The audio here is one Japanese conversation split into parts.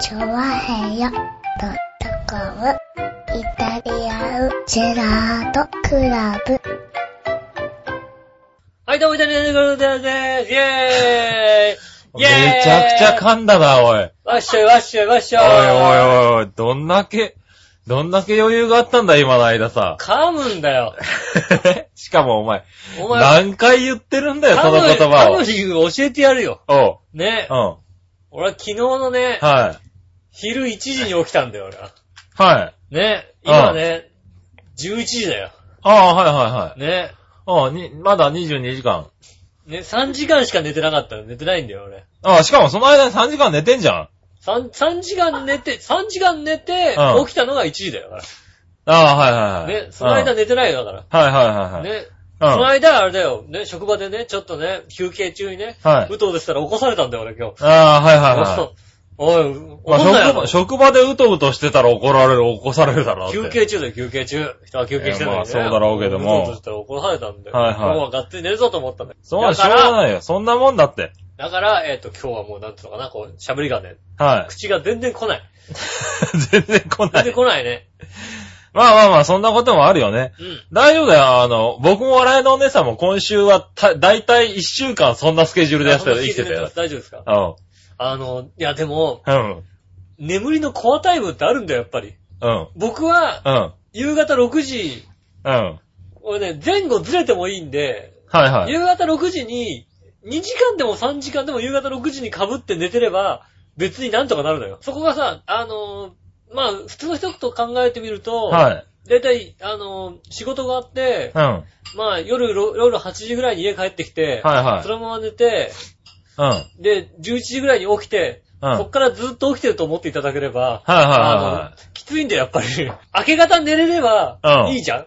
チョワヘヨドットコムイタリアンジェラートクラブ。はい、どうも、イタリアンジェラートクラブです。イェーイイェーイめちゃくちゃ噛んだな、おい。おいわっしょいわっしょいわっしょい。おいおい、どんだけ、どんだけ余裕があったんだ、今の間さ 噛むんだ よ。しかもお前、お前、何回言ってるんだよ、その言葉噛むを。理由教えてやるよ。おう。ね。うん。俺は昨日のね、はい。昼1時に起きたんだよ、俺は。はい。ね。今ね、11時だよ。ああ、はいはいはい。ね。ああ、に、まだ22時間。ね、3時間しか寝てなかったら寝てないんだよ、俺。ああ、しかもその間に3時間寝てんじゃん。 3、3時間寝て、3時間寝てう、ん起きたのが1時だよ、だかああ、ら。はいはいはい。ね、その間うん寝てないよ、だかはいはいはいはら。い。ね。うん。その間、あれだよ、ね、職場でね、ちょっとね、休憩中にね、はい武藤でしたら起こされたんだよ、俺今日。ああ、はいはいはそうおい、い。怒んなまあ、職場よ。職場でうとうとしてたら怒られる、起こされるだろうって。休憩中だよ、休憩中。人は休憩してんだよ、ねいやまあそうだろうけど武も藤としたら怒られたんだよ。はいはいもうがっつり寝るぞと思ったんだよ。そうなんだしょうかがら、ないよ。そんなもんだって。だから、えっ、と、今日はもうなんていうのかな、こう、喋りがね、はい。口が全然来ない。 全然来な全然い。来ないね。まあまあまあ、そんなこともあるよね。うん。大丈夫だよ。あの、僕も笑いのお姉さんも今週はた、だいたい一週間そんなスケジュールでやってたよ生きてたよ。大丈夫ですかうあの、いやでも、ん。うん。眠りのコアタイムってあるんだよ、やっぱり。うん。僕は、うん。夕方6時、うん。俺ね、前後ずれてもいいんで、はいはい。夕方6時に、2時間でも3時間でも夕方6時に被って寝てれば、別になんとかなるのよ。そこがさ、あのーまあ、普通の人と考えてみると、はい。だいたい、あのー仕事があって、うん。はいまあ、夜、ろ夜8時ぐらいに家帰ってきて、はいそ。のまま寝て、うん。うん。で、11時ぐらいに起きて、はいそっからずっと起きてると思っていただければ、はいあはの、きついんだよ、やっぱり。明け方寝れればう、んいいじゃん、い。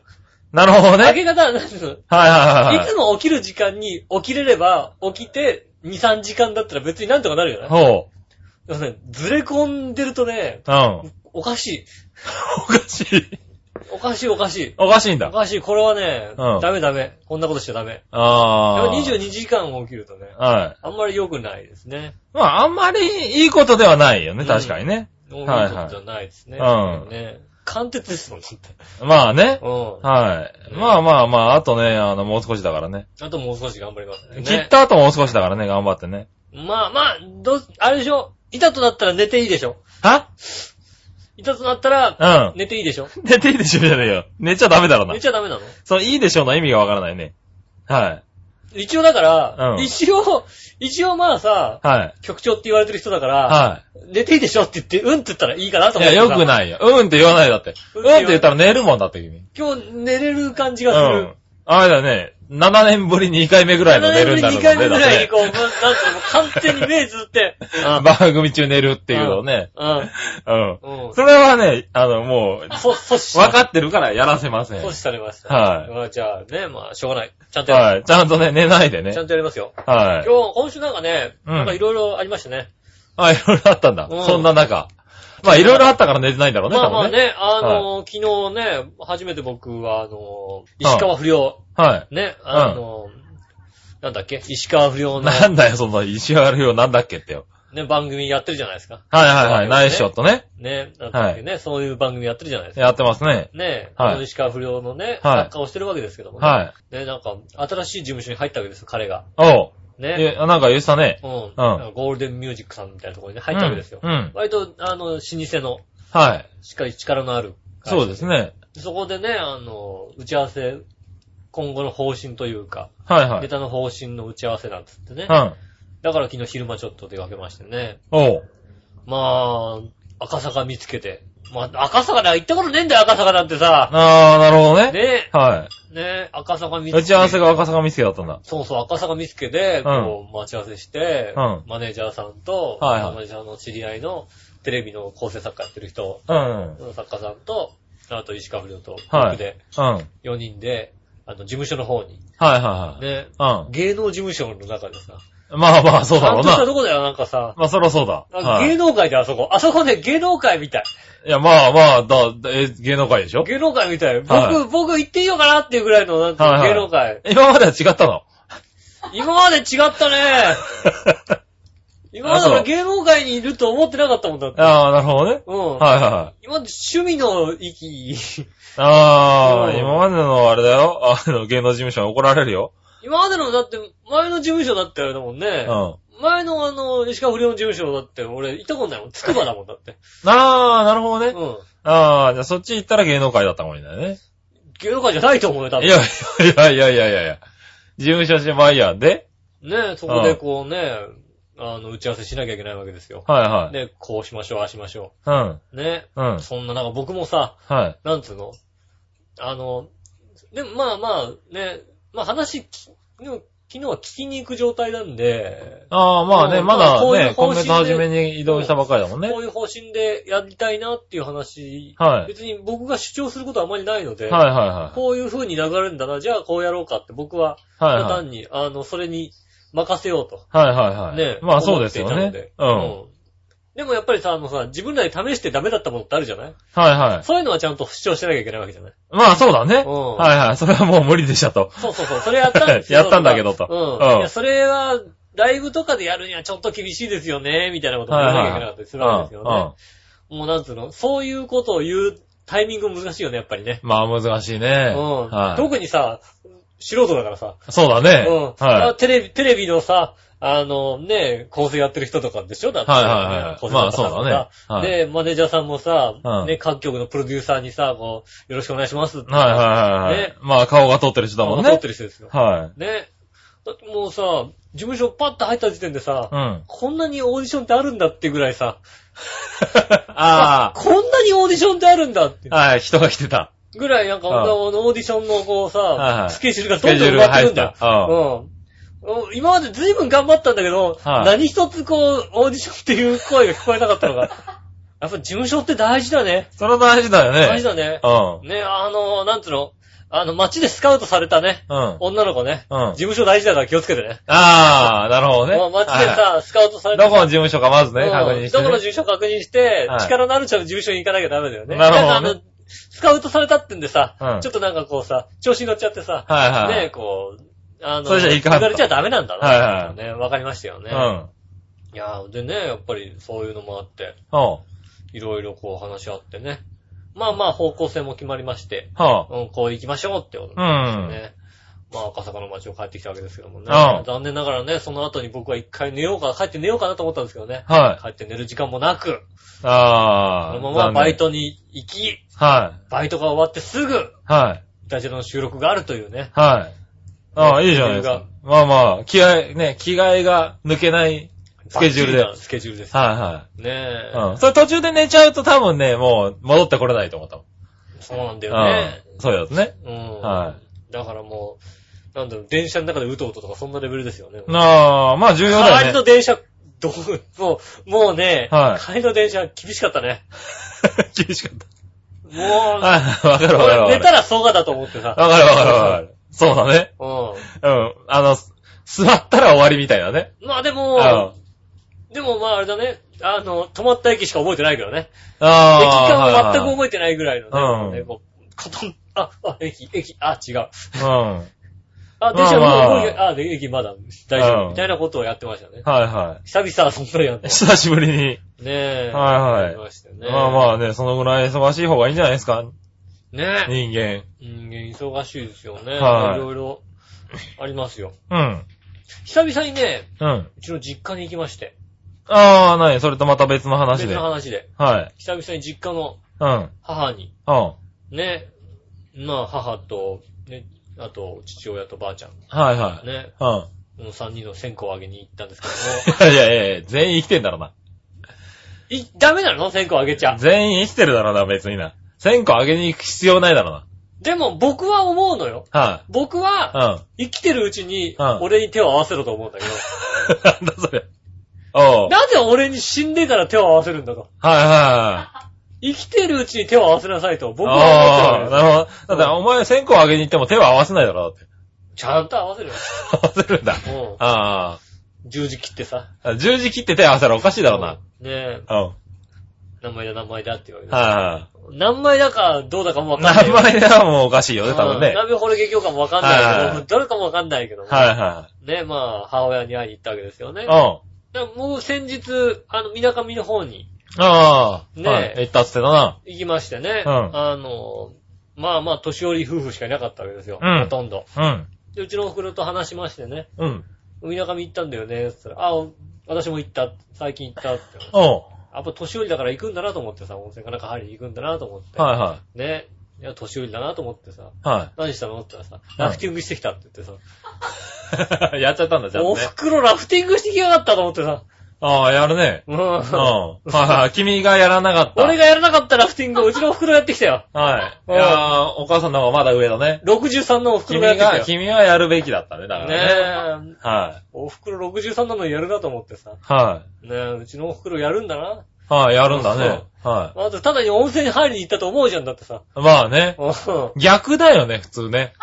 なるほどね。は明けい方、なんていうのはいはいい。はいつも起きる時間に起きれれば、起きて、2、3時間だったら別になんとかなるよね。ほでもね、ずれ込んでるとね、う。うん。おかしい。 おかしい。おかしい、おかしい。おかしいんおだ。かしい、これはね、うんダメダメ。こんなことしちゃダメ。やっぱああ。 22時間起きるとね、はい。あんまり良くないですね。まあ、あんまりいいことではないよね、うん確かにね。そういはういはいことじゃないですね。うんね。貫徹ですもん、だって。まあね。うはい。まあまあまあ、あとね、あの、もう少しだからね。ん。あともう少し頑張りますね。切った後もう少しだからね、頑張ってね。まあまあ、どう、あれでしょいたとだったら寝ていいでしょはいたとだったら、うん。寝ていいでしょ寝ていいでしょじゃねえよ。寝ちゃダメだろな寝。ちゃダメなのそのいいでしょの意味がわからないね。はい。一応だから、うん一応、一応まあさ、はい。局長って言われてる人だから、は寝ていいでしょって言って、うんって言ったらいいかなとい。い思っや、て。よくい。ないよ。うんって言わないだって。ううんんっ言わってないて言ったら寝るもんだって君。今日寝れる感じうがすんる。。あれだよね。7年ぶり2回目ぐらいの寝るんだろうね。 2回目ぐらいにだこう、なんていうの完全に目ず って。って番組中寝るっていうのをね。ううん。ん。うん。それはね、あの、もう、そ、阻止。分かってるからやらせません。阻止されました。はいまあじゃあね、まあ、しょうがない。ちゃんとやる。はい。ちゃんとね、寝ないでねちゃ。んとやりますよ。は今い日。、今週なんかね、うんなんかいろいろありましたね。あ、いろいろあったんだ。うんそんな中。まあ、いろいろあったから寝てないんだろうね、まあま多あ分ね。ね、あの昨日ね、初めて僕は、あの石川不良、はい。ね、あの、なんだっけ、石川不良の、なんだよ、その石原よ、なんだっけってよ。ね、番組やってるじゃないですか。はいはいはそい、うだよねナイスショットね。ね、なんだっけね、そういう番組やってるじゃないですか。やってますね。ね、はいあの石川不良のね、はい作家をしてるわけですけどもね。はい。ね、なんか、新しい事務所に入ったわけですよ、彼が。おう。ね。え、なんか言ってたね。うん。んなんかゴールデンミュージックさんみたいなところにね入ったわけですよ。うんうん割と、あの、老舗の、はい。しっかり力のある会社そうですね。そこでね、あの、打ち合わせ、今後の方針というか、はいはネい。タの方針の打ち合わせなんつってね。うん。だから昨日昼間ちょっと出かけましてね。おう。まあ、赤坂見つけて。まあ、赤坂な、行ったことねえんだよ、赤坂なんてさ。あー、なるほどね。ねはえ、ねえ、赤坂見い。つけ打ち合わせが赤坂見つけだったんだ。そうそう、赤坂見つけで、こう、待ち合わせして、うんマネージャーさんと、はいはいマネージャーの知り合いの、テレビの構成作家やってる人、うん。作家さんと、あと石川不良と、はい僕で、うん。はい4人で、あの、事務所の方に、はいはい。ね、うん。芸能事務所の中でさ、まあまあ、そうだろうちゃんとしたな。とこだよ、なんかさ。まあ、そらそうだ。あは芸い。能界であそこ。あそこね、芸能界みたい。いや、まあまあ、だ、え芸能界でしょ芸能界みたい。僕、は僕行っていいのかなっていうぐらいの、なんはいかはい芸能 界。 今までは違ったの 今まで違ったね。今まで俺芸能界にいると思ってなかったもんだって。ああ、なるほどね。うん。はいはいはい。今まで趣味の域、 ああ、うん今までのあれだよ。あの、芸能事務所に怒られるよ。今までのだって前の事務所だってあれだもんうねん。。あ前のあの、石川不良の事務所だって俺行ったことないもん。つくばだもんだって。あ、なるほうどね。ん。ああ、じゃあそっち行ったら芸能界だったかもしれないね。芸能界じゃないと思うよ、多い分。やいやいやいやいやいや。事務所してまいやんで。ねそこでこうね、あの、打ち合わせしなきゃいけないわけですよ。はいはい。で、こうしましょう、ああしましょうん。う。ね。うん。そんな、なんか僕もさ、はい。なんつうのあの、でもまあまあ、ね、まあ話き、でも昨日は聞きに行く状態なんで、ああ、まあね、うんままあだこういねう、方今針月で初めに移動したばっかりだもんねこ。ういう方針でやりたいなっていう話、はい。別に僕が主張することはあまりないので、はいはいはい。こういう風に流れるんだな、じゃあこうやろうかって僕は、はたいだはい。単に、あの、それに任せようと。はいはいはい。ね。まあそうですよ思っねてい。うたん。のはいでうん。でもやっぱりさ、あのさ、自分らで試してダメだったものってあるじゃないはそういうのはちゃんと主張しなきゃいけないわけじゃないい。まあそうだね。うんはいはい。それはもう無理でしたと。そうそうそう。それやったんですよやったんだけどとうん。うんいや、それは、ライブとかでやるにはちょっと厳しいですよね、みたいなことも言わなきゃいけなかったりすうん。るわけですよね。もうなんつうのそういうことを言うタイミング難しいよね、やっぱりね。うんまあ難しいね。うん。は特にさ、素人だからさ。い。そうだうね。ん。はい。テレビ、テレビのさ、あのね、構成やってる人とかでしょだってさ。はいはいはい構成作家さんもさまあそうだねで、マネージャーさんもさ、うんね、各局のプロデューサーにさ、こう、よろしくお願いしますって。はいはいはいはねい。まあ顔が通ってる人だもん撮っねて。る人ですよ。はい。ね。だってもうさ、事務所パッと入った時点でさ、 うん。こんなにオーディションってあるんだってぐらいさ、あこんなにオーディションってあるんだってあ。。 はい、人が来てた。ぐらいなんか、うんあのオーディションのこうはいさは、いスケジュールがスどケんジどんュ埋ールまっがて入くっんだた。。うん。うん。今まで随分頑張ったんだけど、はい何一つこう、オーディションっていう声が聞こえなかったの が、やっぱ事務所って大事だね。それは大事だよね。大事だね。うね、あの、なんつうの、あの、街でスカウトされたね、ん。うん。女の子ね。うん事。務所大事だから気をつけてね。ああ、なるほどね。まあ街ではさ、スカウトさいれどた。この事務所かまずうね、ん確認してどね。この事務所確認しては、い力のある人の事務所に行かなきゃダメだよね。なるほどねんかあのスカウトされたってんでさう、んちょっとなんかこうさ、調子に乗っちゃってさ、はいはい。ねえ、こう、あの、それじゃいかんと言われちゃダメなんだな。はいはいね、わかりましたよね。うん。いやーでね、やっぱりそういうのもあって、うん。いろいろこう話し合ってね。まあまあ方向性も決まりまして、はうん、こう行きましょうってことうなんん。ですね。まあ赤坂の街を帰ってきたわけですけどもね。うん残念ながらね、その後に僕は一回寝ようか、帰って寝ようかなと思ったんですけどね。は帰って寝る時間もなく、い。あそあ。のままバイトに行き、残念。バイトが終わってすぐ、はい。はい。イタジェラの収録があるというね。はい。ああ、いいじゃないですスケか。まあまあ、気合、ね、気概が抜けない。スケジュールでバッチなスケジュールです。はねいえ。はい。うん。それ途中で寝ちゃうと多分ね、もう戻ってこれないと思ったもん。そうなんだよね。うん。そうですね。うん。はだからもう、なんだろう、電車の中でうとうととかそんなレベルですよね。なあ、まあ重要だ帰りよの ね。電車、どう、もう、もうね、はい帰りの電車厳しかったね。厳しかっもう、た。はい。わかるわかるわ俺か寝る。たらそうがだと思ってさ。わかるわかるわかる。そうだね。ううん。あの、す座ったら終わりみたいなね。ん。まあでうん。あも、でもまああれだね、あの、止まった駅しか覚えてないけどね。駅間あ。は全く覚えてないぐらいのねうんもうね、こうカトン、あ、あ、駅、駅、あ、違う。うん。あ、電車もうまあまあ動いて、あ、で駅まだ大丈夫。うんみたいなことをやってましたね。はいは久々そんくらいやんい。の。久しぶりに。ねえ。はいはいありましたよね。まあまあね、そのぐらい忙しい方がいいんじゃないですか。ねえ。人間。人間忙しいですよね。はいい。ろいろありますよ。うん。久々にね、うん。うちの実家に行きまして。ああ、なにそれとまた別の話別で。のはい。話で。久々に実家のうん。うん。母に、はね、まあ母と、ね、あと父親とばあちゃん、いはい。ね、うの3人の線香をあげに行ったんですけども、 ん。いやいやいや、全員生きてんだろうい、ダメなの線香あげちな。ゃ。全員生きてるだろうな、別にな。1000個あげに行く必要ないだろうでも僕は思うのよ。な。はい。僕は、うん。 生きてるうちにう、ん俺に手を合わせろと思うんだけど、なんだそれ。おう。なぜ俺に死んでから手を合わせるんだと。はいは生きてるうちに手を合わせなさいと、い僕はい。は思あっあ、てるわなるほど。だって、お前1000個あげに行っても手は合わせないだろう、だって。けちゃんと合わせるよ。合わせるんだ。うあん。十字切ってさ。あ。十字切って手合わせたらおかしいだろうな。ねえ、うん。何枚だ何枚だって言われる。は何枚だかどうだかもわいかんなは。いい名よ。前はもうおかしいよね、多分うんね。何秒ほれ結局かもわかんはないいはいけはど、どれかもわかんないけども。はいはねえ、まあ、母親に会いに行ったわけですよねい。。うん。だからもう先日、あの、みなかみの方にああ。ねえはい。行ったっつってたな。行きましてね。うんあの、まあまあ、年寄り夫婦しかいなかったわけですよ。うんほとんど。うん。で、うちのお袋と話しましてね。うん。みなかみ行ったんだよね。つったら、あ、お私も行った。最近行ったって。おう。やっぱ年寄りだから行くんだなと思ってさ、温泉かなんか入りに行くんだなと思って。はいはね。いや、年寄りだなと思ってさ。い。は何したのって言ったらさ、ラフティングしてきたって言ってさ、 い。やっちゃったんだ、ちゃんおとね。袋ラフティングしてきやがったと思ってさ、ああ、やる ね。うん。うん。はいはい。君がやらなかった。俺がやらなかったラフティングをうちのお袋やってきたよ。はうい。んいやー、お母さんの方がまだ上だね。 63のお袋君がやってきたが、よ。君はやるべきだったね、だからね。ねえ。はお袋63なのにやるなと思ってさ。い。はねえ、うちのお袋やるんだな。い。はい、やるんだね。はあと、ただに温泉に入りに行ったと思うじゃんだってさ。い。まあね。うん逆だよね、普通ね。。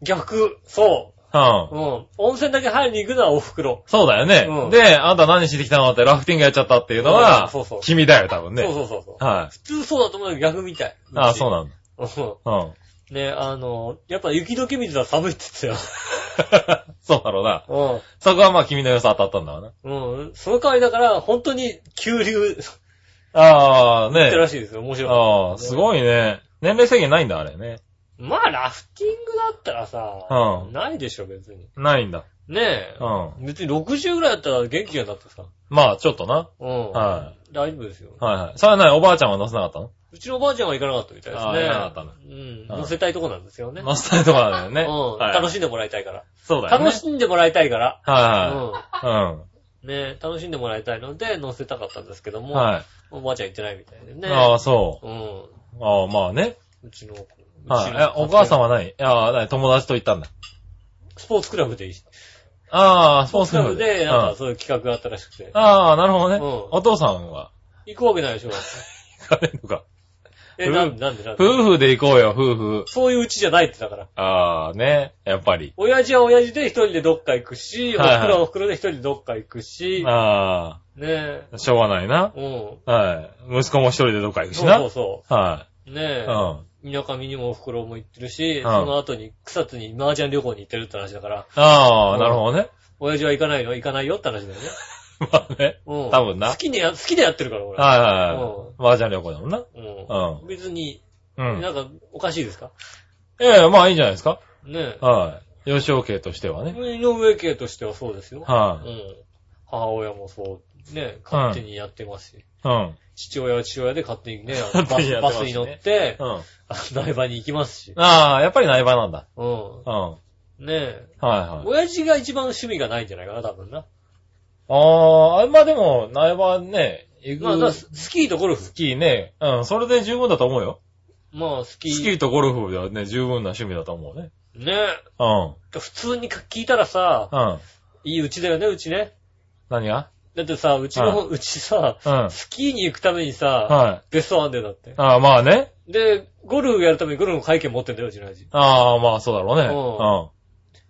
逆、そうう。うんん。温泉だけ入りに行くのはお袋。そうだようんね。で、あんた何しに来たのってラフティングやっちゃったっていうのうんはそうそう、君だよ、多分ね。そうそうそうそう。は普通そうだと思うけど逆みたいい。。ああ、そうなんうん。だ。うん。ね、あの、やっぱ雪解け水は寒いって言って そうだろうな。たよ。そこはまあ君の良さ当たったんだわな。うん。うん。その代わりだから、本当に急流ってああ、ねらしいですよ。面白ああ、すごいね。年齢制限ないんだ、あれね。い。まあ、ラフティングだったらさ、うんないでしょ、別に。ないんだ。ねえ。う別に60ぐらいだったら元気がなってさ。まあ、ちょっとな。うん。。はい大丈夫ですよ。はいはい。それは何おばあちゃんは乗せなかったのうちのおばあちゃんは行かなかったみたいですね。あー行かなかったんだうん。うん乗せたいとこなんですよね。乗せたいとこなんだうよね。ん。はい楽しんでもらいたいから。そうだよね。楽しんでもらいたいから。はういはい。ん。ねえ楽しんでもらいたいので、乗せたかったんですけどうん。も、はおばあちゃん行ってないみたいでい。ね。ああ、そうう。ああ、まあね。ん。うちの、うちのはい。え、お母さんは何いや、何友達と行ったんだ。スポーツクラブでいいし。スああ、スポポーーツツククララブブで、うんなんあかそういう企画があったらしくて。あ、なるほどね。うんお父さんは 行くわけないでしょ。だって行かねえのか。え、なんでなんでなんで夫婦で行こうよ、夫婦。そういううちじゃないってだから。ああ、ね。やっぱり。親父は親父で一人でどっか行くし、おはいはい袋はお袋で一人でどっか行くし、ねあえ。あ、しょうがないな。うん。はい。息子も一人でどっか行くしそうそうな。そはう。ねい。えう。ん。みなかみにもお袋も行ってるし、んその後に草津に麻雀旅行に行ってるって話だから、ああ、なるほどね。 親父は行かないの行かないよって話だよね。まあね。うん。多分な好きでや、好きでやってるから、俺。はいはいはい。麻雀旅行だもんな。うん。う別に、うん。なんか、おかしいですかええ、まあいいんじゃないですか。ねはい。幼少期としてはえ。ね。井上家としてはそうですよ。うはい。ん。母親もそう、ね、勝手にやってますし。うん。父親は父親で勝手に ね、あの勝バ手にスやってバますスねに乗って う、ん。あの苗場に行きますし。ああ、やっぱり内場なんだ。ううん。はん。ねえ。いはい。親父が一番趣味がないんじゃないかな、多分な。ああ、まあでも、内場ね、行まあ、だからく、スススキーとゴルフ。キーね、うん、それで十分だと思うよ。まあ、スキー。スキーとゴルフではね、十分な趣味だと思うね。ねえ。うん。普通にか聞いたらさ、うん。いいうちだよね、うちね。何がだってさ、うちの、うちさ、うん。はい。スキーに行くためにさ、あ別荘あんだよ、だって。あ、まあね。で、ゴルフやるためにゴルフの会見持ってんだよ、うちの親父。ああ、まあそうだうろう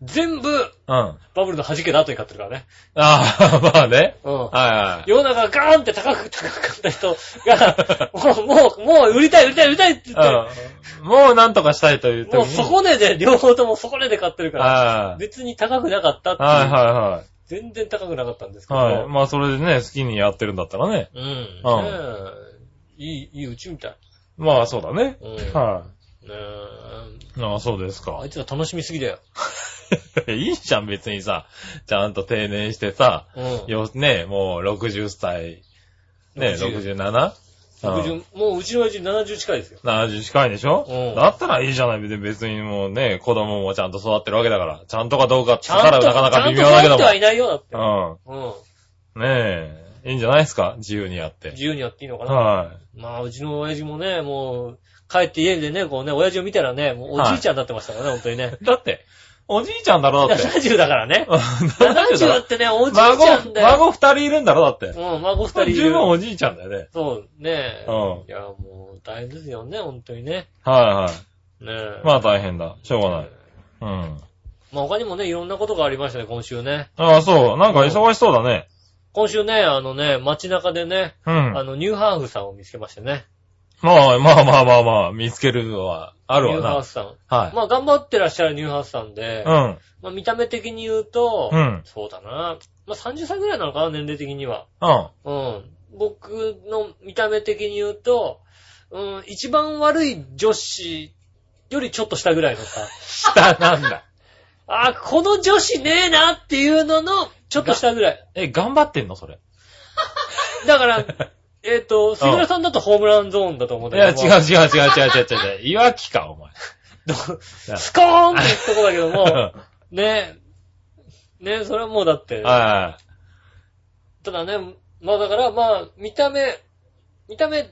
全部、ね。うん。うん。バブルの弾けた後に買ってるからね。ああ、まあね。うん。はいはい。世の中がガーンって高く高く買った人が、もう、もう、もう売りたい、売りたい、売りたいって言って、うんもうなんとかしたいという時に。もうそこねで、両方ともそこねで買ってるから、はい別に高くなかったっていう、はいは全然高くなかったんですいけど、はい。はい。まあそれでね、好きにやってるんだったらね。うん。ねえいい、いいうちみたい。まあそうだね。うん。はねえい。ああ、そうですか あい。つら楽しみすぎだよ。いいじゃん、別にさ。ちゃんと定年してさ。うん。よ、ね、もう60歳。ね、 60 67? うん60もううちの親父70近いですよ。 70近いでしょうんだったらいいじゃない。で別にもうね、子供もちゃんと育ってるわけだから。ちゃんとかどうかってち言ったゃんらと、なかなちかゃん微と妙だけ帰ってどはいないよ、だって。も。ううん。ねえ、いいんじゃないですか自由にやっん。て。自由にやっていいのかな。はまあ、うちの親父もね、もう、帰って家でね、こうね、親父を見たらね、もうおじいちゃんになってましたからね、本当にね。い。だって、おじいちゃんだろ、だって。。70だからね70 70 だだろってね、おじいち孫ゃん、だよ。孫二人いるんだろ、だって。うん、孫二人い十る分。おじいちゃんだよね。そう、ねえ。うんいや、もう、大変ですよね、本当にね。はいはい。ねえ。まあ大変だ。しょうがない。うん。まあ、他にもね、いろんなことがありましたね、今週ね。ああ、そう。なんか忙しそうだね。今週ね、あのね、街中でね、うん。あの、ニューハーフさんを見つけましたね。まあまあまあまあまあ、見つけるのはあるニューわハーなフ。さん。はまあ、頑張ってらっしゃるニューハーフさんい。で、うん。まあ、見た目的に言うと、うんそうだな、まあ、30歳ぐらいなのかな、年齢的には。うん。うん。僕の見た目的に言うと、うん、一番悪い女子よりちょっと下ぐらいの さ、下なんだ。あー、この女子ねえなっていうのの、ちょっと下ぐらい。え、頑張ってんのそれ。だ から、えっ、と、杉村さんだとホームランゾーンだと思うんいだけども。や、違う違う違う違う違う違う。いわきか、お前。どスコーンって言っとこだけども、はねえ、ねえ、それはもうだってい、はただね、まあだから、まあ、見た目、見た目、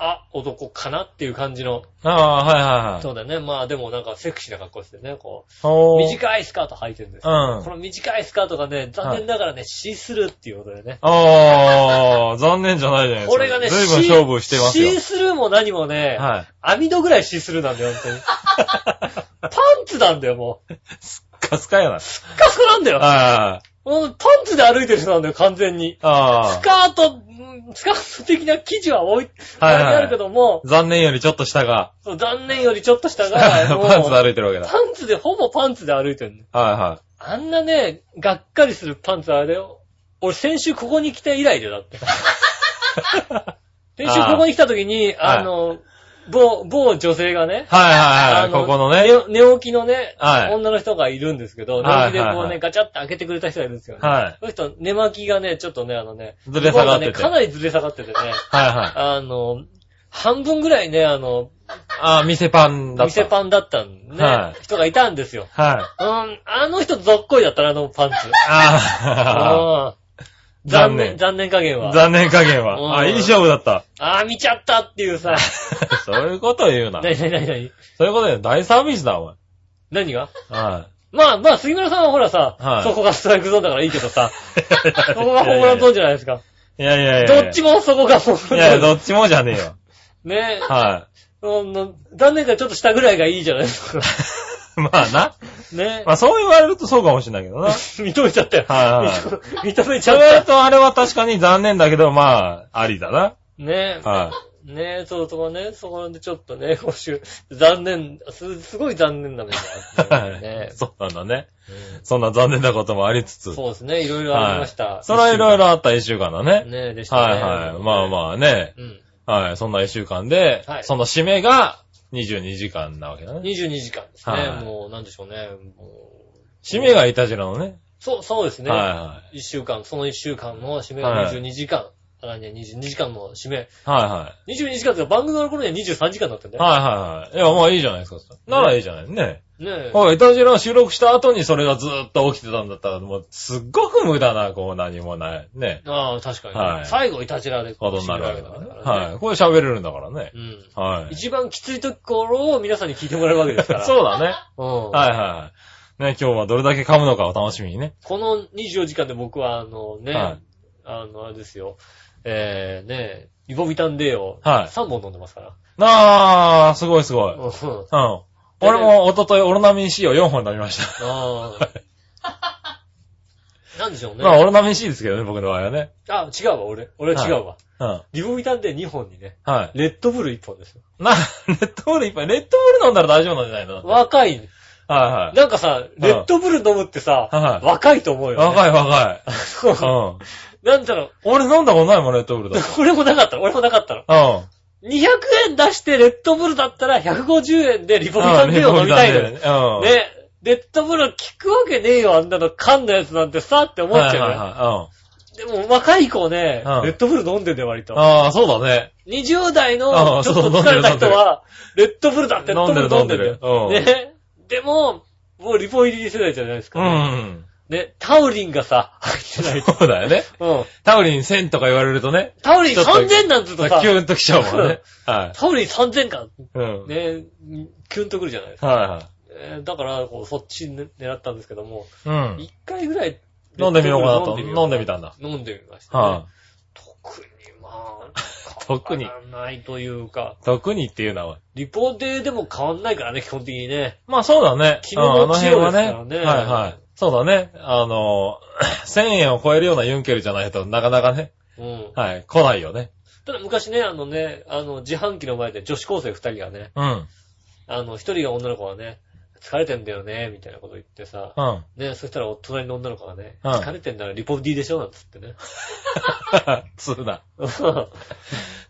あ、男かなっていう感じの、い。ああ、はいはいはい。そうだね。まあでもなんかセクシーな格好してね、こう、おー。短いスカート履いてるんですうよ。んこ。の短いスカートがね、残念ながらね、シースルーっていうことでね。ああ、残念じゃないじゃないですか。これがね、随分シー勝負してますシーよ。スルーも何もね、はい。網戸ぐらいシースルーなんだよ、本当に。パンツなんだよ、もう。カスカやな。スカスカなんだよ。はい。もうパンツで歩いてる人なんだよ、完全に。スああ。カート、うんスカート的な生地は置い、はいはいあれあるけども、残念よりちょっと下が、そう残念よりちょっと下が、もう パンツで歩いてるわけだ。パンツで、ほぼパンツで歩いてるの。はいはあんなね、がっかりするパンツあれよ。俺先週ここに来て以来だよ、だ って。先週ここに来た時に、はいあの、某、某女性がねい。、はいはいはい。あのここのね。寝寝起きのね、はい女の人がいるんですけど、は寝起いきではこいうはね、いガチャって開けてくれた人がいるんですよね。はい。その人、寝巻きがね、ちょっとね、あのね、ずれ下がっててズボンがねかなりずれ下がっててね、はいはい。あの、半分ぐらいね、あの、ああ、店パンだった。店パンだったんね、は人がいたんですよ。はい。うん、あの人ぞっこいだったな、あのパンツ。うんあ残念、 残念残念加減あ、は。残念加減うんは。あいい勝負だった。ああ、見ちゃったっていう さ。そういうこと言うな。なになになになにそういうことで大サービスだ、お前。何が はまあまあ、杉村さんはほらさ、はいそこがストライクゾーンだからいいけど さ、そこがホームランゾーンじゃないですか。い。いやいやいやいや。どっちもそこがホームいやラいや、ンゾーン。どっちもじゃねえよ。ねはうん残念からちょっと下ぐらいがいいじゃないです か。い。まあな。ねまあそう言われるとそうかもしれないけどな。認めちゃったよ。はいはい認め認めちそゃうっ言われるた。とあれは確かに残念だけど、まあ、ありだな。ねはえ、ねえ、そうとこね、そこでちょっとね、今週、残念、す、すごい残念な面があってい。。ね そうなんだね。うんそんな残念なこともありつつ。そうですね、いろいろありました。それはいろいろ。ろあった一週間だね。ねえ、でしたね。はいはい。まああ。まあね。うん。はい。そんな一週間では、いその締めが22時間なわけだね。 22時間ですはね。いもう、なんでしょうね。もう締めがいたじらのね。そう、そうですね。は一週間、その一週間の締めはがい22時間。来年22時間の締め。いはい。はいは22時間って番組の頃には23時間だったんい。だよはいはいはい。いや、まあいいじゃないですか。ならいいじゃないね。ね。ねえ。ほら、イタジラ収録した後にそれがずーっと起きてたんだったら、もう、すっごく無駄な、こう、何もない。ね。ああ、確かにね、はい最後、いたちらでここうとになるわけ締だめからるねわ。けだからね。はい。これ喋れるんだからね。うん。はい。一番きついところを皆さんに聞いてもらうわけですから。 そうだね。う。ん。はいはい。ね、今日はどれだけ噛むのかを楽しみにね。この24時間で僕は、あのね、はいあの、あれですよ、えー、ね、イボビタンデーをはい3本飲んでますから。 あー、すごいすごい。うん。うん俺もおとといオロナミン C を4本飲みました。あーなんでしょうね。 まあ、オロナミン C ですけどね、僕の場合はね。あ、違うわ、俺。俺は違うわ。うん。イボビタンデー2本にね、はい。レッドブル1本ですよ。な、レッドブルいっぱい。レッドブル飲んだら大丈夫なんじゃないのはい若い。はなんかさ、レッドブル飲むってさ、はい若いと思うい。よ、ね。若い若い。そううん。 なんだろう。俺飲んだことないもん、レッドブルだ。俺もなかったの。俺もなかったの。うん。 200円出してレッドブルだったら150円でリポビタうンん D を飲みたいのよ。ねレッドブルだレッドブルねうん。効くわけねえよ、あんなの缶のやつなんてさって思っはいちゃはういよ。はい。でも若い子ね、うんレッドブル飲んでんだよ、割うん。と。ああ、そうだね。 20代うのんちそょうっと疲れた人は、レッドブルだってレッ飲ドんブルでる飲飲んんででるる。。ね。でも、もうリポ入り世代じゃないですうか、ね。ん。ね、タオリンがさ、入ってないと。そうだよね。うん。タオリン1000とか言われるとね。タオリンちょっと3000なんつうとさキ、ュンときちゃうもんね。はタオリン3000か。い。うん。ね、キュンとくるじゃないですかはいはい。えーだから、こう、そっちね狙ったんですけども、うん。一回ぐらい、飲んでみようかなと。飲んでみた。たんだ。飲んでみました、ねは特に、まあ、特に変わらないというか、い。特にっていうのは。リポーテでも変わんないからね、基本的にね。まあそうだね。昨日のうんあの辺は治療ですね。からねはいはい。そうだね。あの、1000円 を超えるようなユンケルじゃないとなかなかね。うん。はい。来ないよね。ただ昔ね、あのね、あの、自販機の前で女子高生二人がね、うん。あの、一人が女の子はね、疲れてんだよね、みたいなこと言ってさ、うん。 ね、そしたらお隣の女の子がね、うん疲れてんならリポ D でしょなんつって ね。ツーな。そ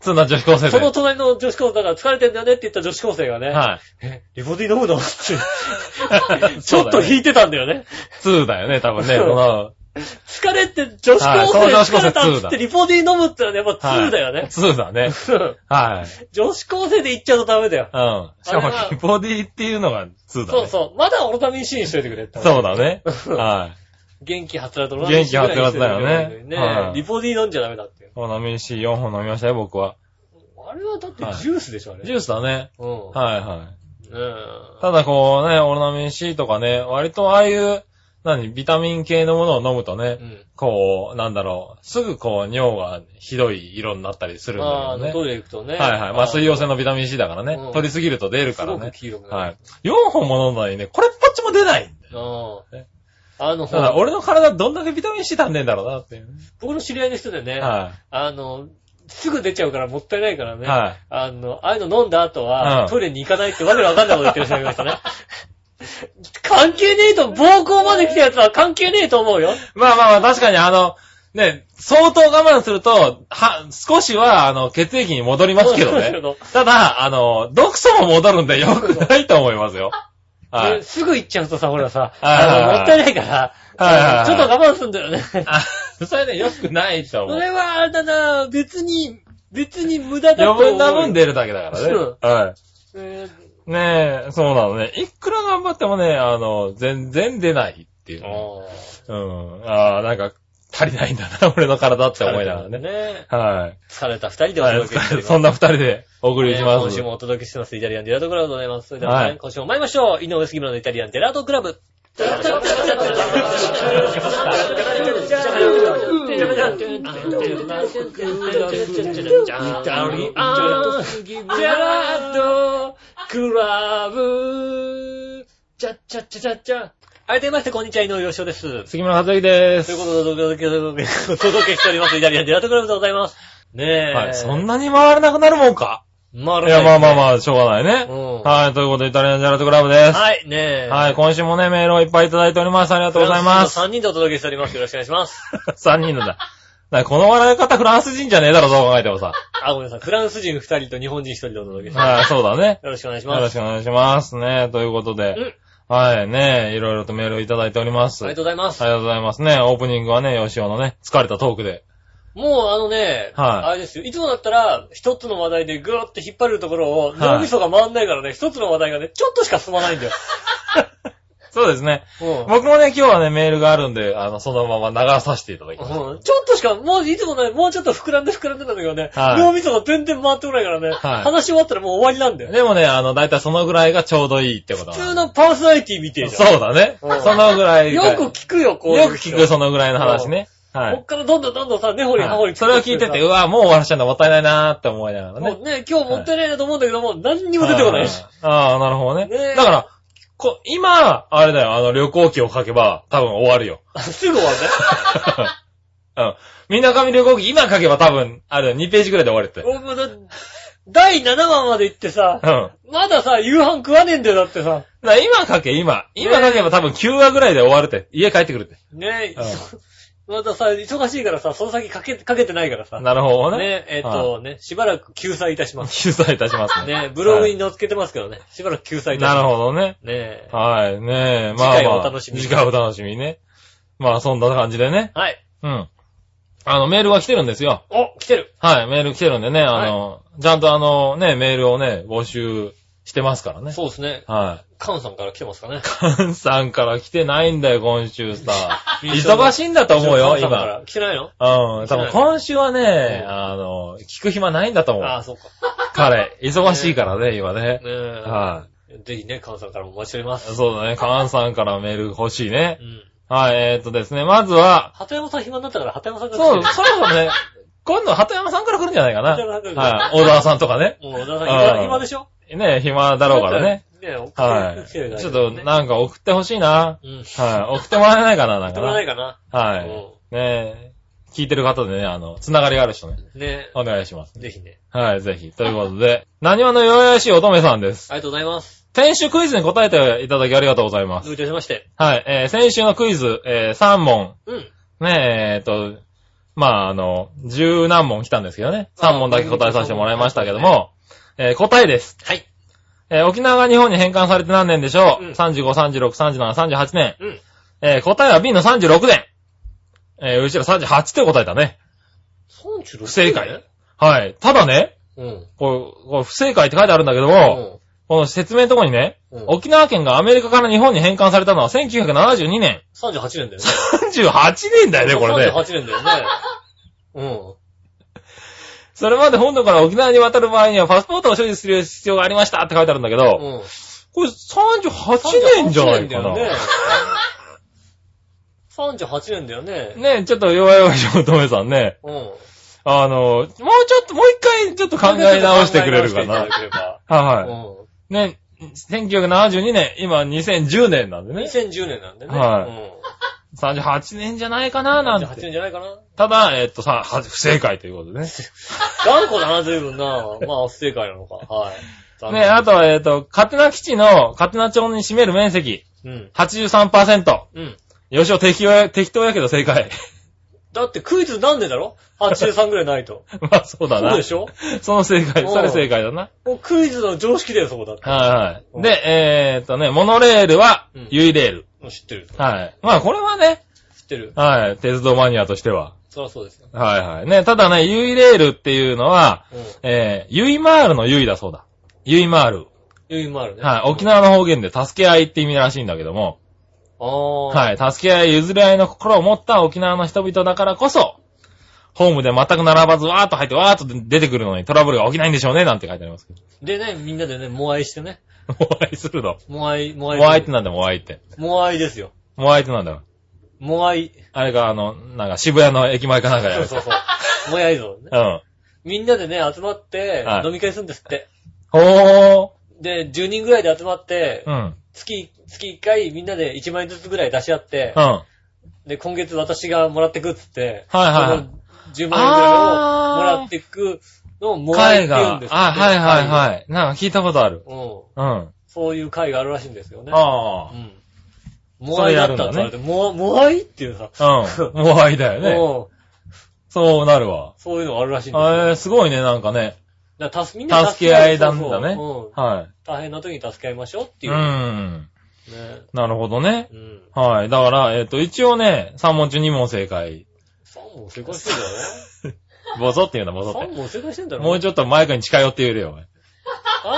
ツーな女子高生で。の隣の女子高生、だから疲れてんだよねって言った女子高生がね、はえ、リポ D 飲む のってい。ちょっとヒ引いてたんだよね。ツーだよね、多分ね。そうこの疲れて、女子は高いその生女子高疲生れたっつツーっだてリポ D 飲むってのはやっぱ2だよね。ツーだね。はい。女子高生で行っちゃうとダメだよ。うん。しかあれはも、ボディっていうのが2だそうね。そう。まだオロタミン C にしといてくれって。そう だね。は元気はつらつだ元気はつらつだよねねはえ、いリポ D 飲んじゃダメだって。い。飲みにし、4本飲みましたよ、僕は。あれはだってジュースでしょ、あれ。ジュースだね。うん。はいはねい。えただこうね、オロナミン C とかね、割とああいう、何、ビタミン系のものを飲むとねう、ん。こう、なんだろう、すぐこう、尿がひどい色になったりするんあだあ、けトどね。イレ行くとね。はいはい。まあ、水溶性のビタミン C だからねうん。取りすぎると出るすからごくね。黄色くなはいる。。 4本も飲んだのにね、これっぽっちも出ないんだよ。うんね。あの、だから俺の体どんだけビタミン C 足んねえんだろうなっていうね。僕の知り合いの人でね、はあの、すぐ出ちゃうからもったいないからい。ね。はい。あの、ああいうの飲んだ後は、うんトイレに行かないってわけのわかんないこと言ってる人がいましたね。関係ねえと、暴行まで来たやつは関係ねえと思うよ。まあまあまあ、確かにあの、ね、相当我慢すると、は、少しは、あの、血液に戻りますけどね。どただ、あの、毒素も戻るんでよくないと思いますよ。はい。すぐ行っちゃうとさ、ほらさ、はいはいあはいのもったいないから、はいはいはあのいちょっと我慢すんだよね。あ、それね、良くないと思。そうれは、あれだな、別に、別に無駄だと思う。余分な分。出るだけだからね。うんはえい。ねえ、そうなのね。いくら頑張ってもね、あの、全然出ないっていうー、ね。あうん。ああ、なんか、足りないんだな、 俺の体っーて思いながらね。ね。は疲れた二人い。でおはい届けしております。そんな二人でお送りしま今す週。もお届けしてます。イタリアンデラートクラブでございます。それでは、はい今週も参りましょう。井上杉村のイタリアンデラートクラブ。あいてまして、こんにちは、井上洋翔です。杉村和之でとすい。うことで、お届けお届けしております、イタリアンデラートクラブでございます。ねえ。はい。そんなに回らなくなるもんかまいや、まあまああ。まあ、しょうがないうんね。。はい。ということで、イタリアンジャラートクラブです。はい、ねえ。はい。今週もね、メールをいっぱいいただいております。ありがあとうござい ます。 3人でお届けしております。よろしくお願いします。 3人のだ。だからこの笑い方、フランス人じゃねえだろ、そう考えても さ。あ、ごめんなさい。フランス人2人と日本人1人でお届けしておりまはい、そうだねす。。よろしくお願いしよろましす。くお願いしますね。ということで。はい、ねいろいろとメールをいただいております。あありがりとうございます。がとうございますね。オープニングはね、吉尾のね、疲れたトークで。もうあのね、はいあれですよ。いつもだったら、一つの話題でぐーって引っ張るところを、はい脳みそが回んないからね、一つの話題がね、ちょっとしか進まない んだよ。そうですね。うん僕もね、今日はね、メールがあるんで、あの、そのまま流させていただきます。うんちょっとしか、もういつもね、もうちょっと膨らんで膨らんでたんだけどね、はい脳みそが全然回ってこないからね、はい話終わったらもう終わりなんだよ。でもね、あの、だいたいそのぐらいがちょうどいいってこと普な通のパーソナリティ見てえじゃん。そうだね。うんそのぐらいよが。くよ聞くよ、こう。く聞く、そのぐらいの話ね。はこっい。からどんどんどんどんさ、根掘り葉掘はりいそれを聞いてて、うわ、もう終わらしちゃうのもったいないなーって思いながらもね。うね、今日もったいないなと思うんだけども、何にも出てこないし。あーあー、なるほどねえね。だから、こ今、あれだよ、あの、旅行記を書けば、多分終わるよ。 すぐ終わるね。うん。みなかみ旅行記、今書けば多分、あれだよ、2ページぐらいで終わるって。俺もだ 第7話まで行ってさう、ん。まださ、夕飯食わねえんだよ、だってさ。だから今書け、今。今書けば多分9話ぐらいで終わるって。家帰ってくるって。ねえ、うんそ まださ、忙しいからさ、その先かけ、かけてないからさ。なるほどね。ねえ、えっとね、しばらく救済いたします。救済いたしますね。ねえ、ブログに載っけてますけ どね、しばらく救済いたしなまるす。ほどね。ねえ。はい、ねえ、まあ、まあ、次回をお楽しみに次回をお楽しみにね。まあ、そんな感じでね。はい。うん。あの、メールは来てるんですよ。お、来てる。はい、メール来てるんでね、あの、ちゃんとあの、ね、メールをね、募集してますからね。そうですね。はい。カンさんから来てますかね。カン さんから来てないんだよ、今週さ。一緒だ 忙しいんだと思うよ、カンさんか今。ら。来てないのうん、多分今週はね、うんあの、聞く暇ないんだと思ああ、う。そうか。彼、忙しいからね、今ね。ねえ。はい。ぜひね、カンさんからもお待ちしております。そうだね、カンさんからメール欲しいねう。ん。はい、えーっとですね、まずは、鳩山さん暇になったから、鳩山さんから そう、来そろそろね、今度、鳩山さん から来るんじゃないかな。鳩山さんから来るはい。小沢さんとかね。てもう、小田さんあ暇、ー暇でしょね、暇だろうからね。。ね、送っては きてるい。だけちょだっからと、ねなんか送ってほしいな。うん。 はい。送ってもらえないかな、なん止かまらなな。いかな。はうんい。ねえ。聞いてる方でね、あの、つながりがある人ね。ねお願いします。ぜひね。はい、ぜひ。ということで、何話の弱々しい乙女さんです。ありがとうございます。先週クイズに答えていただきありがとうございます。どういたしまして。はい、えー、先週のクイズ、えー、3問。うん。ねえ、えー、と、まあ、あの、十何問来たんですけどね。3問だけ答えさせてもらいましたけども、えー、答えです。はい。えー、沖縄が日本に返還されて何年でしょう、うん ?35、36、37、38年。うん。えー、答えは B の36年。えー、うちら38って答えたね。 36不正解はい。ただね、うん。こう、こう不正解って書いてあるんだけども、この説明のとこにね、うん。うん。沖縄県がアメリカから日本に返還されたのは1972年。 38年だよね。 38年だよね、これね。 38年だよね。うん。それまで本土から沖縄に渡る場合にはパスポートを所持する必要がありましたって書いてあるんだけど、うん。これ38 38年じゃないかな。年だよねね38年だよね。ちょっと弱々しい乙女さんね。うん。あの、もうちょっと、もう一回ちょっと考え直してくれるかな。考え直していただけれはいばはい。ね、1972年、今2010年なんでうん。ね。 2010年なんでね。はいい。 38年じゃないかな、なん38て。年じゃないかな。ただ、えっとさ、は不正解ということでね。頑固だな、随分な。 まあ、不正解なのか。はい。残念ね、あと、は、えっと、カテナ基地のカテナ町に占める面積、うん。 83%。うん。よしお、適当や、適当やけど正解。 だってクイズなんでだろ ?83 ぐらいないと。まあ、 そうだそうなで。しょその正解、うんそれ正解だな。もうクイズの常識だよ、そこだって。はいんうはい。で、えーっとね、モノレールはうん、ユイレール。もう知ってる。はい。まあ、これはね、知ってる。はい、鉄道マニアとしては。そりゃそうですよ。はいはい。ね、ただね、ユイレールっていうのは、うん。えー、ユイマールのユイだそうだ。ユイマール。余裕もあるね。はい。沖縄の方言で、助け合いって意味らしいんだけども、ああ。はい。助け合い、譲り合いの心を持った沖縄の人々だからこそ、ホームで全く並ばず、わーっと入って、わーっと出てくるのにトラブルが起きないんでしょうね、なんて書いてありますけど。でね、みんなでね、モアイしてね。モアイするの。モアイ、モアイ。モアイってなんだ、モアイって。モアイですよ。モアイってなんだろう。モアイ。あれか、あの、なんか渋谷の駅前かなんかでやそうる。そうそう。モアイ像ね。うん。みんなでね、集まっては、い飲み会するんですって。ほで、10人ぐらいで集まってー。う、ん。月、月1回みんなで1万円ずつぐらい出し合ってう、ん。で、今月私がもらってくっつって、はいはいはいその10万円ぐらいをもらってくのをもらえてる会がんですって。、あ、はいはいはい。なんか聞いたことある。会を。うん。うん。あそういう会があるらしいんですよね。あう。ん。モアイだったって言われて、モアモアイっていうさ。うん。モアイだ よね。うん。そうなるわ。そういうのがあるらしいんですよ。えー、すごいね、なんかね。だから助みんな助け合いなんだそうねそううん。。は大変な時に助け合いましょうってい。いうう。ね。ん。なるほどね。うん。はい。だから、えっと、一応ね、3問中2問正解。 3問正解してんボソって言うな、ボだソろ ?3 っ問正解してんだて。ろもうちょっとマイクに近寄って言えるよ、お前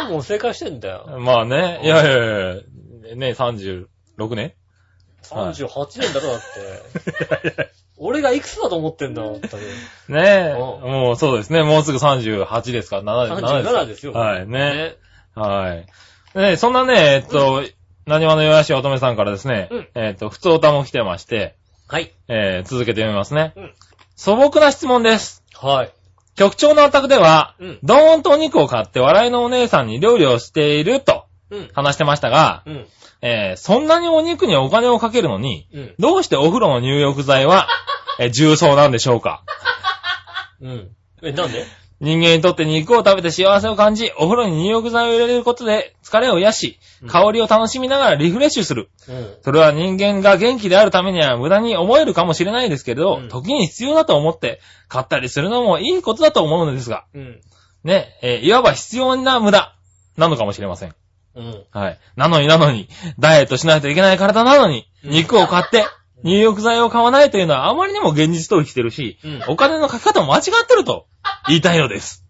3問正解してんだよ。まあね、いやいやいやね、36年 38年だろだって。俺がいくつだと思ってんだ、本当に。ねえ、うもうそうですね、もうすぐ38ですから、7 37ですよ。はい、ね。ね。はい。ねそんなね、えっと、何話のよやしい乙女さんからですね、うんえっと、普通歌も来てまして、はい。えー、続けて読みますね、うん素朴な質問です。はい。局長のお宅では、うんドーンとお肉を買って笑いのお姉さんに料理をしているとうん。話してましたが、うん。えー、そんなにお肉にお金をかけるのに、うん。どうしてお風呂の入浴剤は、えー重曹なんでしょうかうん。え、なんで人間にとって肉を食べて幸せを感じ、お風呂に入浴剤を入れることで疲れを癒しうん、香りを楽しみながらリフレッシュする。うん。それは人間が元気であるためには無駄に思えるかもしれないですけれど、うん時に必要だと思って買ったりするのもいいことだと思うのですが、うん。ね、えーいわば必要な無駄なのかもしれません。うん。はい。なのになのに、ダイエットしないといけない体なのに、うん肉を買って、入浴剤を買わないというのはあまりにも現実逃避してるし、うんお金のかけ方も間違ってると言いたいのです。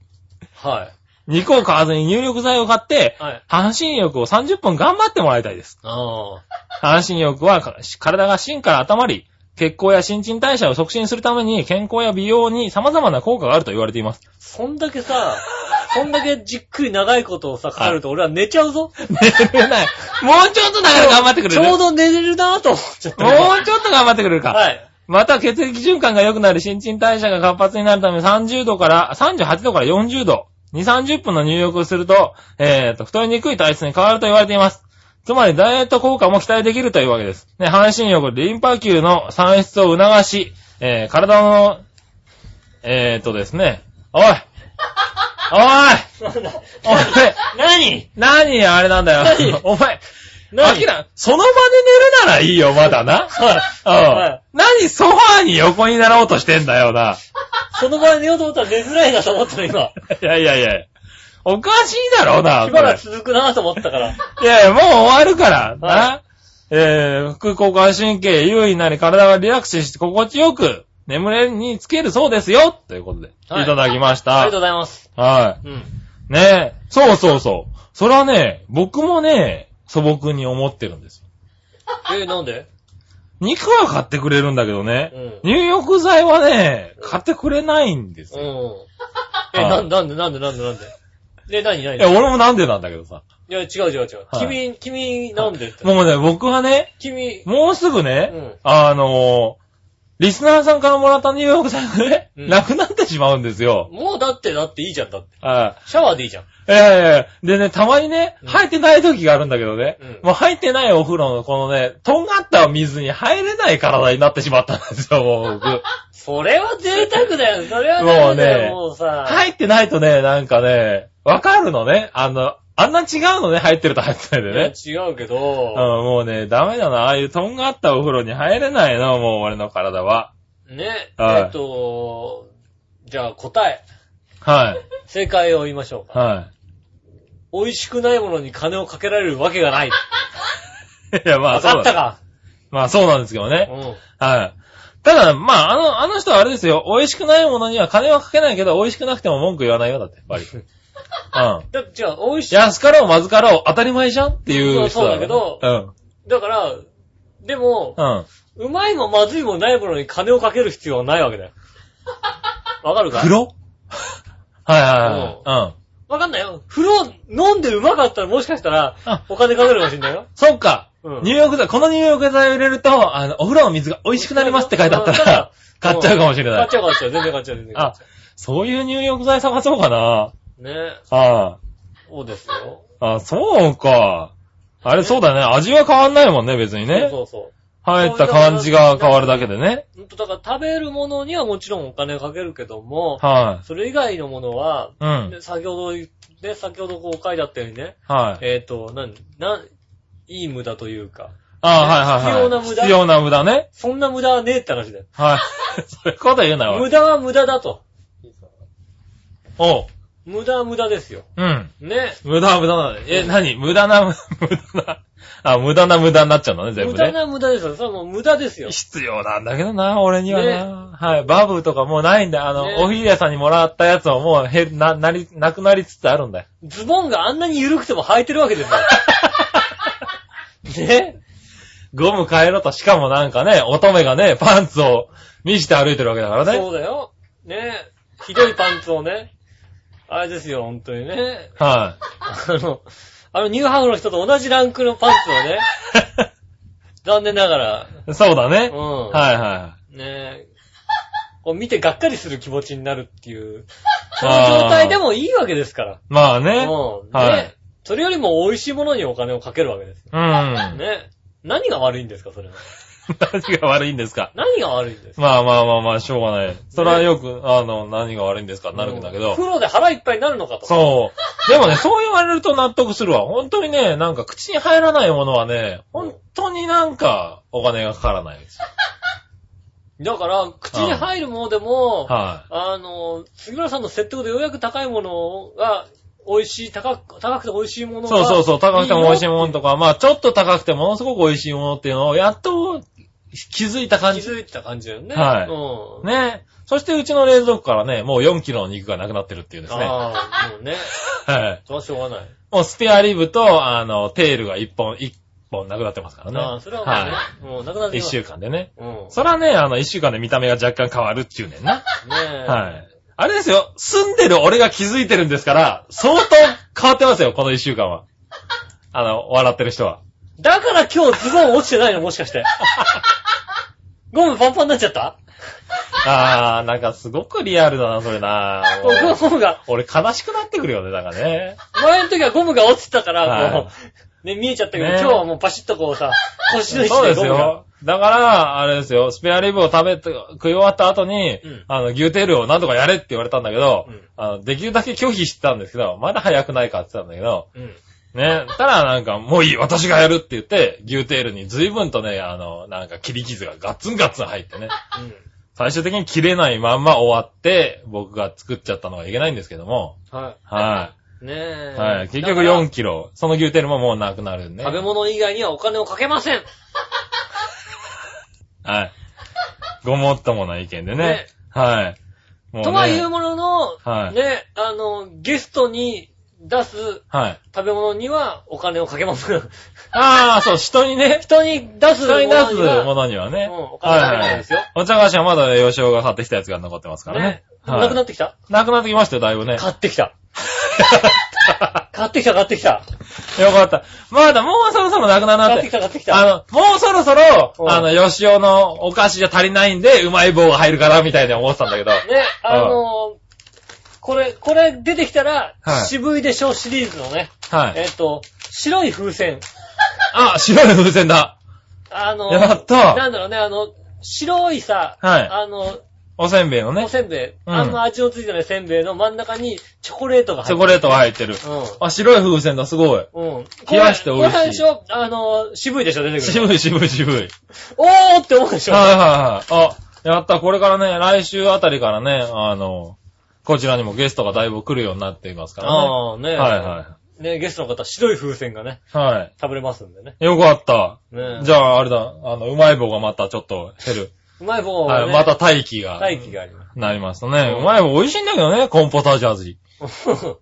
はい。肉を買わずに入浴剤を買って、はい。半身浴を30分頑張ってもらいたいです。ああ。半身浴はか体が芯から温まり、血行や新陳代謝を促進するために健康や美容に様々な効果があると言われています。そんだけさ、そんだけじっくり長いことをさ、かかると俺は寝ちゃうぞ。寝れない。もうちょっとだから頑張ってくれちる。ょうもど寝れるなぁと思っちゃった。うちょっと頑張ってくれるか。はい。また血液循環が良くなり、新陳代謝が活発になるため30度から、38度から40度、2、30分の入浴をすると、えー、と、太りにくい体質に変わると言われています。つまり、ダイエット効果も期待できるというわけです。ね、半身浴、リンパ球の産出を促し、えー、体のえーっとですね。おいなんだおいおい 何何あれなんだ何よ。お前、何アキラ、その場で寝るならいいよ、ま だな。はうん。何ソファーに横になろうとしてんだよな。その場で寝ようと思ったら寝づらいなと思ったの、今。いやいやいや。おかしいだろうな、しこばられく。続くなと思ったから。いやいや、もう終わるから。はな。えー、副交感神経優位になり体がリラックスして心地よく眠れにつけるそうですよということで、はいいただきましありがたとう。ございます。はうん。い。ねえ。そうそうそう。それはね、僕もね、素朴に思ってるんですよ。え、なんで肉は買ってくれるんだけどねう、ん。入浴剤はね、買ってくれないんですうよ。ん。え、なんなんでなんでなんでなんでで、何何いや、俺もなんでなんだけどさ。いや、違う違う違う。はい君、君、なんでって。もうね、僕はね、君、もうすぐね、うんあのーリスナーさんからもらった入浴剤がね、うんなくなってしまうんですよ。もうだってだっていいじゃん、だって。はシャワーでいいじゃん。い。いやいやいやでね、たまにね、うん入ってない時があるんだけどね、うんもう入ってないお風呂のこのね、とんがった水に入れない体になってしまったんですよ、もう 僕。それは贅沢だよ。それはダメだよ、ももうさ。入ってないとね、なんかね、わかるのね。あの、あんな違うのね、入ってると入ってないでいやね。違うけうん、ど、もうね、ダメだな。ああいうとんがったお風呂に入れないの、もう俺の体は。ね、はえいっと、じゃあ答え、はい。正解を言いましょうか。は美味しくないものに金をかけられるわけがない。 い。いや、まあ、わそかっうなんでたす。か。まあ、そうなんですけどうね。ん。はい。ただ、まあ、あの、あの人はあれですよ。美味しくないものには金はかけないけど、美味しくなくても文句言わないよ、だって、やっぱ り。うん。だってじゃあ、美味しい。安かろう、まずかろう、当たり前じゃんっていう人そうそうだけどうん。だから、でも、うん。うまいもまずいもないものに金をかける必要はないわけだよ。わかるか黒 はいはいはい。うん。わかんないよ。風呂飲んでうまかったらもしかしたらあ、お金かかるかもしんないよ。そっか。 うん入浴剤、この入浴剤を入れると、あの、お風呂の水が美味しくなりますって書いてあったら、買っちゃうかも しれ買っないち。ゃう買っちゃう。全然買っちゃう。全然買っちゃそういう入浴剤探そうかな。う。ねあそうですよ。あ。あそうか。あれそうだね。味は変わんないもんね、別にね。そうそうそ入った感じが変わるだけでね。う。ほんと、だから食べるものにはもちろんお金かけるけども、はそれ以外のものは、い。うん。ね先ほど言っ、ね、先ほどこう書いてあったようにね、はい。えっ、と、なん、なん、いい無駄というか、ああ、はいはいはい。必要な無駄必要な無駄ね。そんな無駄はねえって話だよ。はい。 そういうこと言うなよ。無駄は無駄だと。おう。無駄は無駄ですよ。うん。ね。無駄無駄な。え、何無駄な、無駄な。あ、無駄な無駄になっちゃうのね、全部無ね。駄な無駄ですよ。それはもう無駄ですよ。必要なんだけどな、俺にはねな。はい。バブとかもうないんだよ。あの、ねおひでさんにもらったやつはもう、へ、な、なり、なくなりつつあるんだよ。ズボンがあんなに緩くても履いてるわけ ですよ。ね。ゴム変えろと、しかもなんかね、乙女がね、パンツを見して歩いてるわけだからね。そうだよ。ね。ひどいパンツをね。あれですよ、本当に ね。はあの、あのニューハーフの人と同じランクのパンツをね。残念ながら。い。 そうだね。うん。。はいはいねこう見てがっかりする気持ちになるっていう。その状態でもいいわけですから。い。まあね。うん。ね、はいそれよりも美味しいものにお金をかけるわけですよ。うん。 何ね。何が悪いんですか、それは。が悪いんですか。何が悪いんですかまあまあまあまあ、しょうがない。それはよく、あの、何が悪いんですか、なるんだけど。風呂で腹いっぱいになるのかと。そう。でもね、そう言われると納得するわ。本当にね、なんか口に入らないものはね、本当になんかお金がかからないですよ。だから、口に入るものでも、はあの、杉村さんの説得でようやく高いものが、美味しい、高く、高くて美味しいものい。が。そうそうそう、高くても美味しいの。ものとか、まあちょっと高くてものすごく美味しいものっていうのをやっと気づいた感気じ。づいてた感じだよね。はいうん。ね。そしてうちの冷蔵庫からね、もう4キロの肉がなくなってるっていうですね。ああ、もうね。はい。それはしょうがない。もうスペアリブと、あの、テールが1本、1本なくなってますからね。ああ、それはもうね。もうなくなっい。て1きます週。間でね。うん。そらね、あの、1週間で見た目が若干変わるっていうねんな。ねえ。はい。あれですよ、住んでる俺が気づいてるんですから、相当変わってますよ、この一週間は。あの、笑ってる人は。だから今日ズボン落ちてないのもしか して。ゴムパンパンになっちゃった あー、なんかすごくリアルだな、そ れな。ももううゴムが、俺悲しくなってくるよね、だからね。前の時はゴムが落ちてたから、はいこう、ね、見えちゃったけど、ね 今日はもうパシッとこうさ、腰の位そう置ででゴすムがよ。だから、あれですよ、スペアリブを食べて、食い終わった後に、うんあの、牛テールを何とかやれって言われたんだけど、うんあの、できるだけ拒否してたんですけど、まだ早くないかって言ってたんだけど、うん。ね、たらなんか、もういい、私がやるって言って、牛テールに随分とね、あの、なんか切り傷がガッツンガッツン入ってね、最終的に切れないまんま終わって、僕が作っちゃったのがいけないんですけども、うん。は。はいねえ。い。はい。結局だから4キロ。その牛テールももうなくなるね。食べ物以外にはお金をかけません。はい。ごもっともな意見でね。ねはい。もうねとはいうものの、はいね、あの、ゲストに出すはい。食べ物にはお金をかけま せん。ああ、そう、人にね、人に出すも人のにに出はすものにはね。うんお金かけないですよははお茶菓子はまだ洋食が買ってきたやつが残ってますからねね。。はいなくなってきたなくなってきましたよ、だいぶね。よ 買ってきた。買ってきた、買ってきた。かった。まだもうそろそろなくなるな買っってきて。た、買ってきた。あの、もうそろそうんろ、あの、吉尾のお菓子じゃ足りないんで、うまい棒が入るから、みたいに思ってたんだけど。ね、あのーこれ、これ出てきたら、はい渋いでしょシリーズのね、はい。えっ、と、白い風船。あ、白い風船だ。あのーやったなんだろうね、あの、白いさ、はいあの、おせんべいのおね。チせんべい、うんあんま味のついてないせんべいの真ん中にチョコレートが入ョってコレートが入ってる。る。あ、白い風船だ、すごい。うん。うん。冷やして美これ味しいこれでしょあのー、渋いでしょ出てくる。渋い渋い渋い。おーって思うでしょはいはいはい。あ、やった。これからね、来週あたりからね、あの、こちらにもゲストがだいぶ来るようになっていますからね。はああ、ねいはね、ゲストの方、白い風船がね、い。は食べれますんでね。い。よかった。ねじゃあ、あれだ、あの、うまい棒がまたちょっと減る。うまい棒は、はね、い、また大気が。大気があります。なりますね。うまい棒美味しいんだけどね、コンポタージュ味。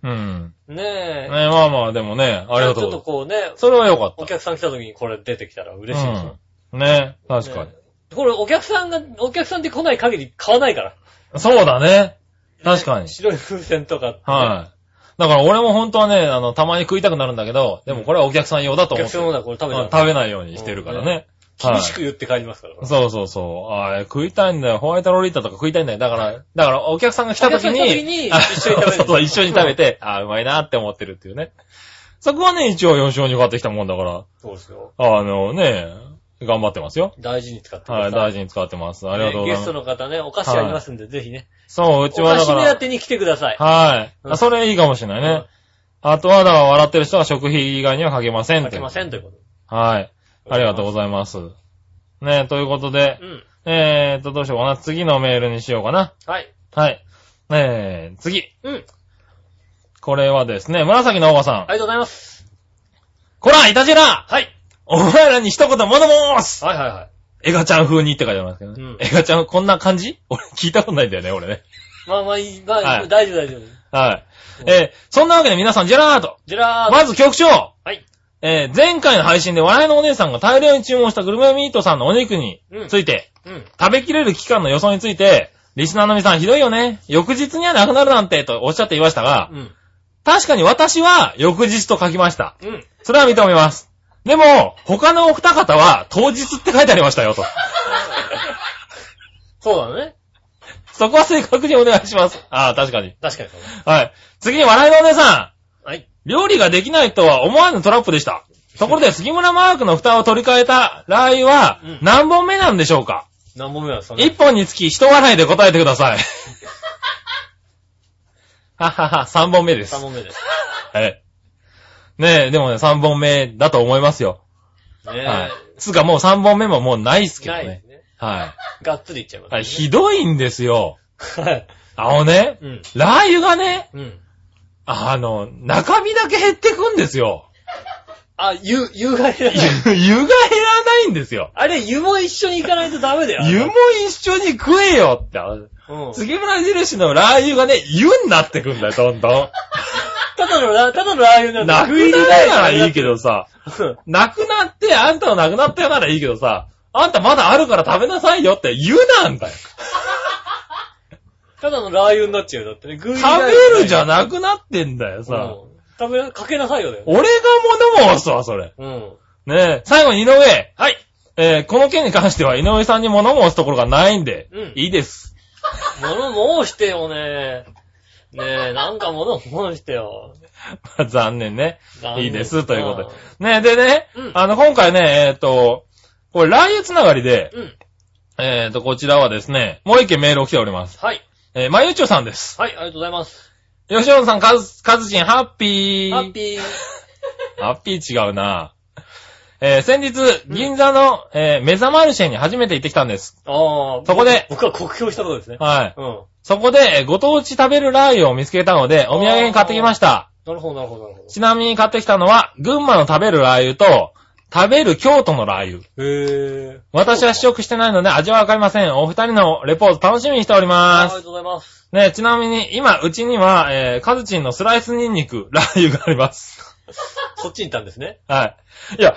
うん。 ねねえ。まあまあ、でもね、ありがとうちごょっとざいます。こうね、それはよかったお。客さん来た時にこれ出てきたら嬉しいでしょ。うん。ね確かにね。これお客さんが、お客さんで来ない限り買わないから。そうだね。確かに。白い風船とかって。はい。だから俺も本当はね、あの、たまに食いたくなるんだけど、でもこれはお客さん用だとお思っ客て。さんのだこれ食べちゃうんう。食べないようにしてるからね。はい厳しく言って帰りますから。おそうそうそう。あれ、食いたいんだよ。ホワイトロリータとか食いたいんだよ。だから、だからお客さんが来た客時さん来た時に、に一あ緒に食べる。そうそう、一緒に食べて、あーうまいなって思ってるっていうね。そこはね、一応4勝に買ってきたもんだから、そうですよ。あのね、頑張ってますよ。大事に使ってくださ。はいい、大事。事に使ってます。あありがとうござゲいまスすト。の方ね、お菓子ありますんで、ぜひね。そう、うちおは菓だか子目ら当、てに来てください。はい。うんあそれいいかもしれないね。あとは、だから笑ってる人は食費以外にはかけませんかっけていうませんということ。はい。ありがとうございます。ねということでう、ん。えーっと、どうしようかな。次のメールにしようかな。はい。はい。ねえ、次。うん。ありこれはですね、紫のおばさん。がとうございます。こら、いたじらはい。お前らに一言物申すはいはいはい。エガちゃん風にって書いてありますけどうんね。エガちゃん、こんな感じ俺、聞いたことないんだよね、俺ね。まあまあいい、まあはいいい、大丈夫大丈夫。はい。えーそんなわけで皆さん、ジェラートじゃらーまず局長はい。えー前回の配信で笑いのお姉さんが大量に注文したグルメミートさんのお肉について、うん。食べきれる期間の予想について、リスナーの皆さんひどいよね。翌日にはなくなるなんて、とおっしゃっていましたが、うん。確かに私は翌日と書きました。うん。 それは認めます。でも、他のお二方は当日って書いてありましたよ、と。そうだね。そこは正確にお願いします。ああ、確かに。確かにそうだね。はい。次に笑いのお姉さん。はい。料理ができないとは思わぬトラップでした。ところで、杉村マークの蓋を取り替えたラー油はうん何本目なんでしょうか、何本目なんですかね。一本につき一笑いで答えてくださ い。ははは、三本目です3。本目です。はい。ねえ、でもね、三本目だと思いますよ。ねはい。つうかもう三本目ももうないっすえ。けどないでねす。ね。はい。がっつりいっちゃいます、ね。はい、ひどいんですよ。はい。あのね、うん。ラー油がね、うん。あの、中身だけ減ってくんです よ。あ、湯、湯が減らない。湯が減らないんですよ。あれ、湯も一緒に行かないとダメだよ。湯も一緒に食えよって。うん。杉村印のラー油がね、湯になってくんだよ、どんどただのラ、ただのラー油なんん。だなくなるならいいけどさ、ど。なくなって、あんたはなくなったよならいいけどさ、あんたまだあるから食べなさいよって湯なんだよ。ただのラー油になっちゃうよ。だってね、具以食外べるじゃなくなってんだようさ。ん。食べ、かけなさいよだよ。俺が物申すわ、それ。うん。ねえ、最後に井上。はい。えーこの件に関しては井上さんに物申すところがないんで、うんいいです。 物申してよね。ねえ、なんか物申してよ。まあ残念ね残。念いいです、ということで。ねえ、でね、うんあの、今回ね、えっ、と、これ、ラー油つながりで、うん。えーと、こちらはですね、もう一件メールを来ております。はい。えー、まゆちょさんです。はい、ありがとうございます。吉野さん、かず、かずちん、ハッピー。ハッピ ー。ハッピー違うな。えー先日、銀座の、えーメザマルシェに初めて行ってきたんです。ああ。そこで僕は酷評したことですね。はい。うん。そこで、えーご当地食べるラー油を見つけたので、お土産に買ってきました。なるほど、なるほど、なるほちなみに買ってきたのは、群馬の食べるラー油と、食べる京都のラー油。ど。へえ。私は試食してないので味はわかりません。お二人のレポート楽しみにしておりあまりがす。とうございます。ね、ちなみに、今、うちには、えー、カズチンのスライスニンニク、ラー油があります。そっちに行ったんですね。はい。いや、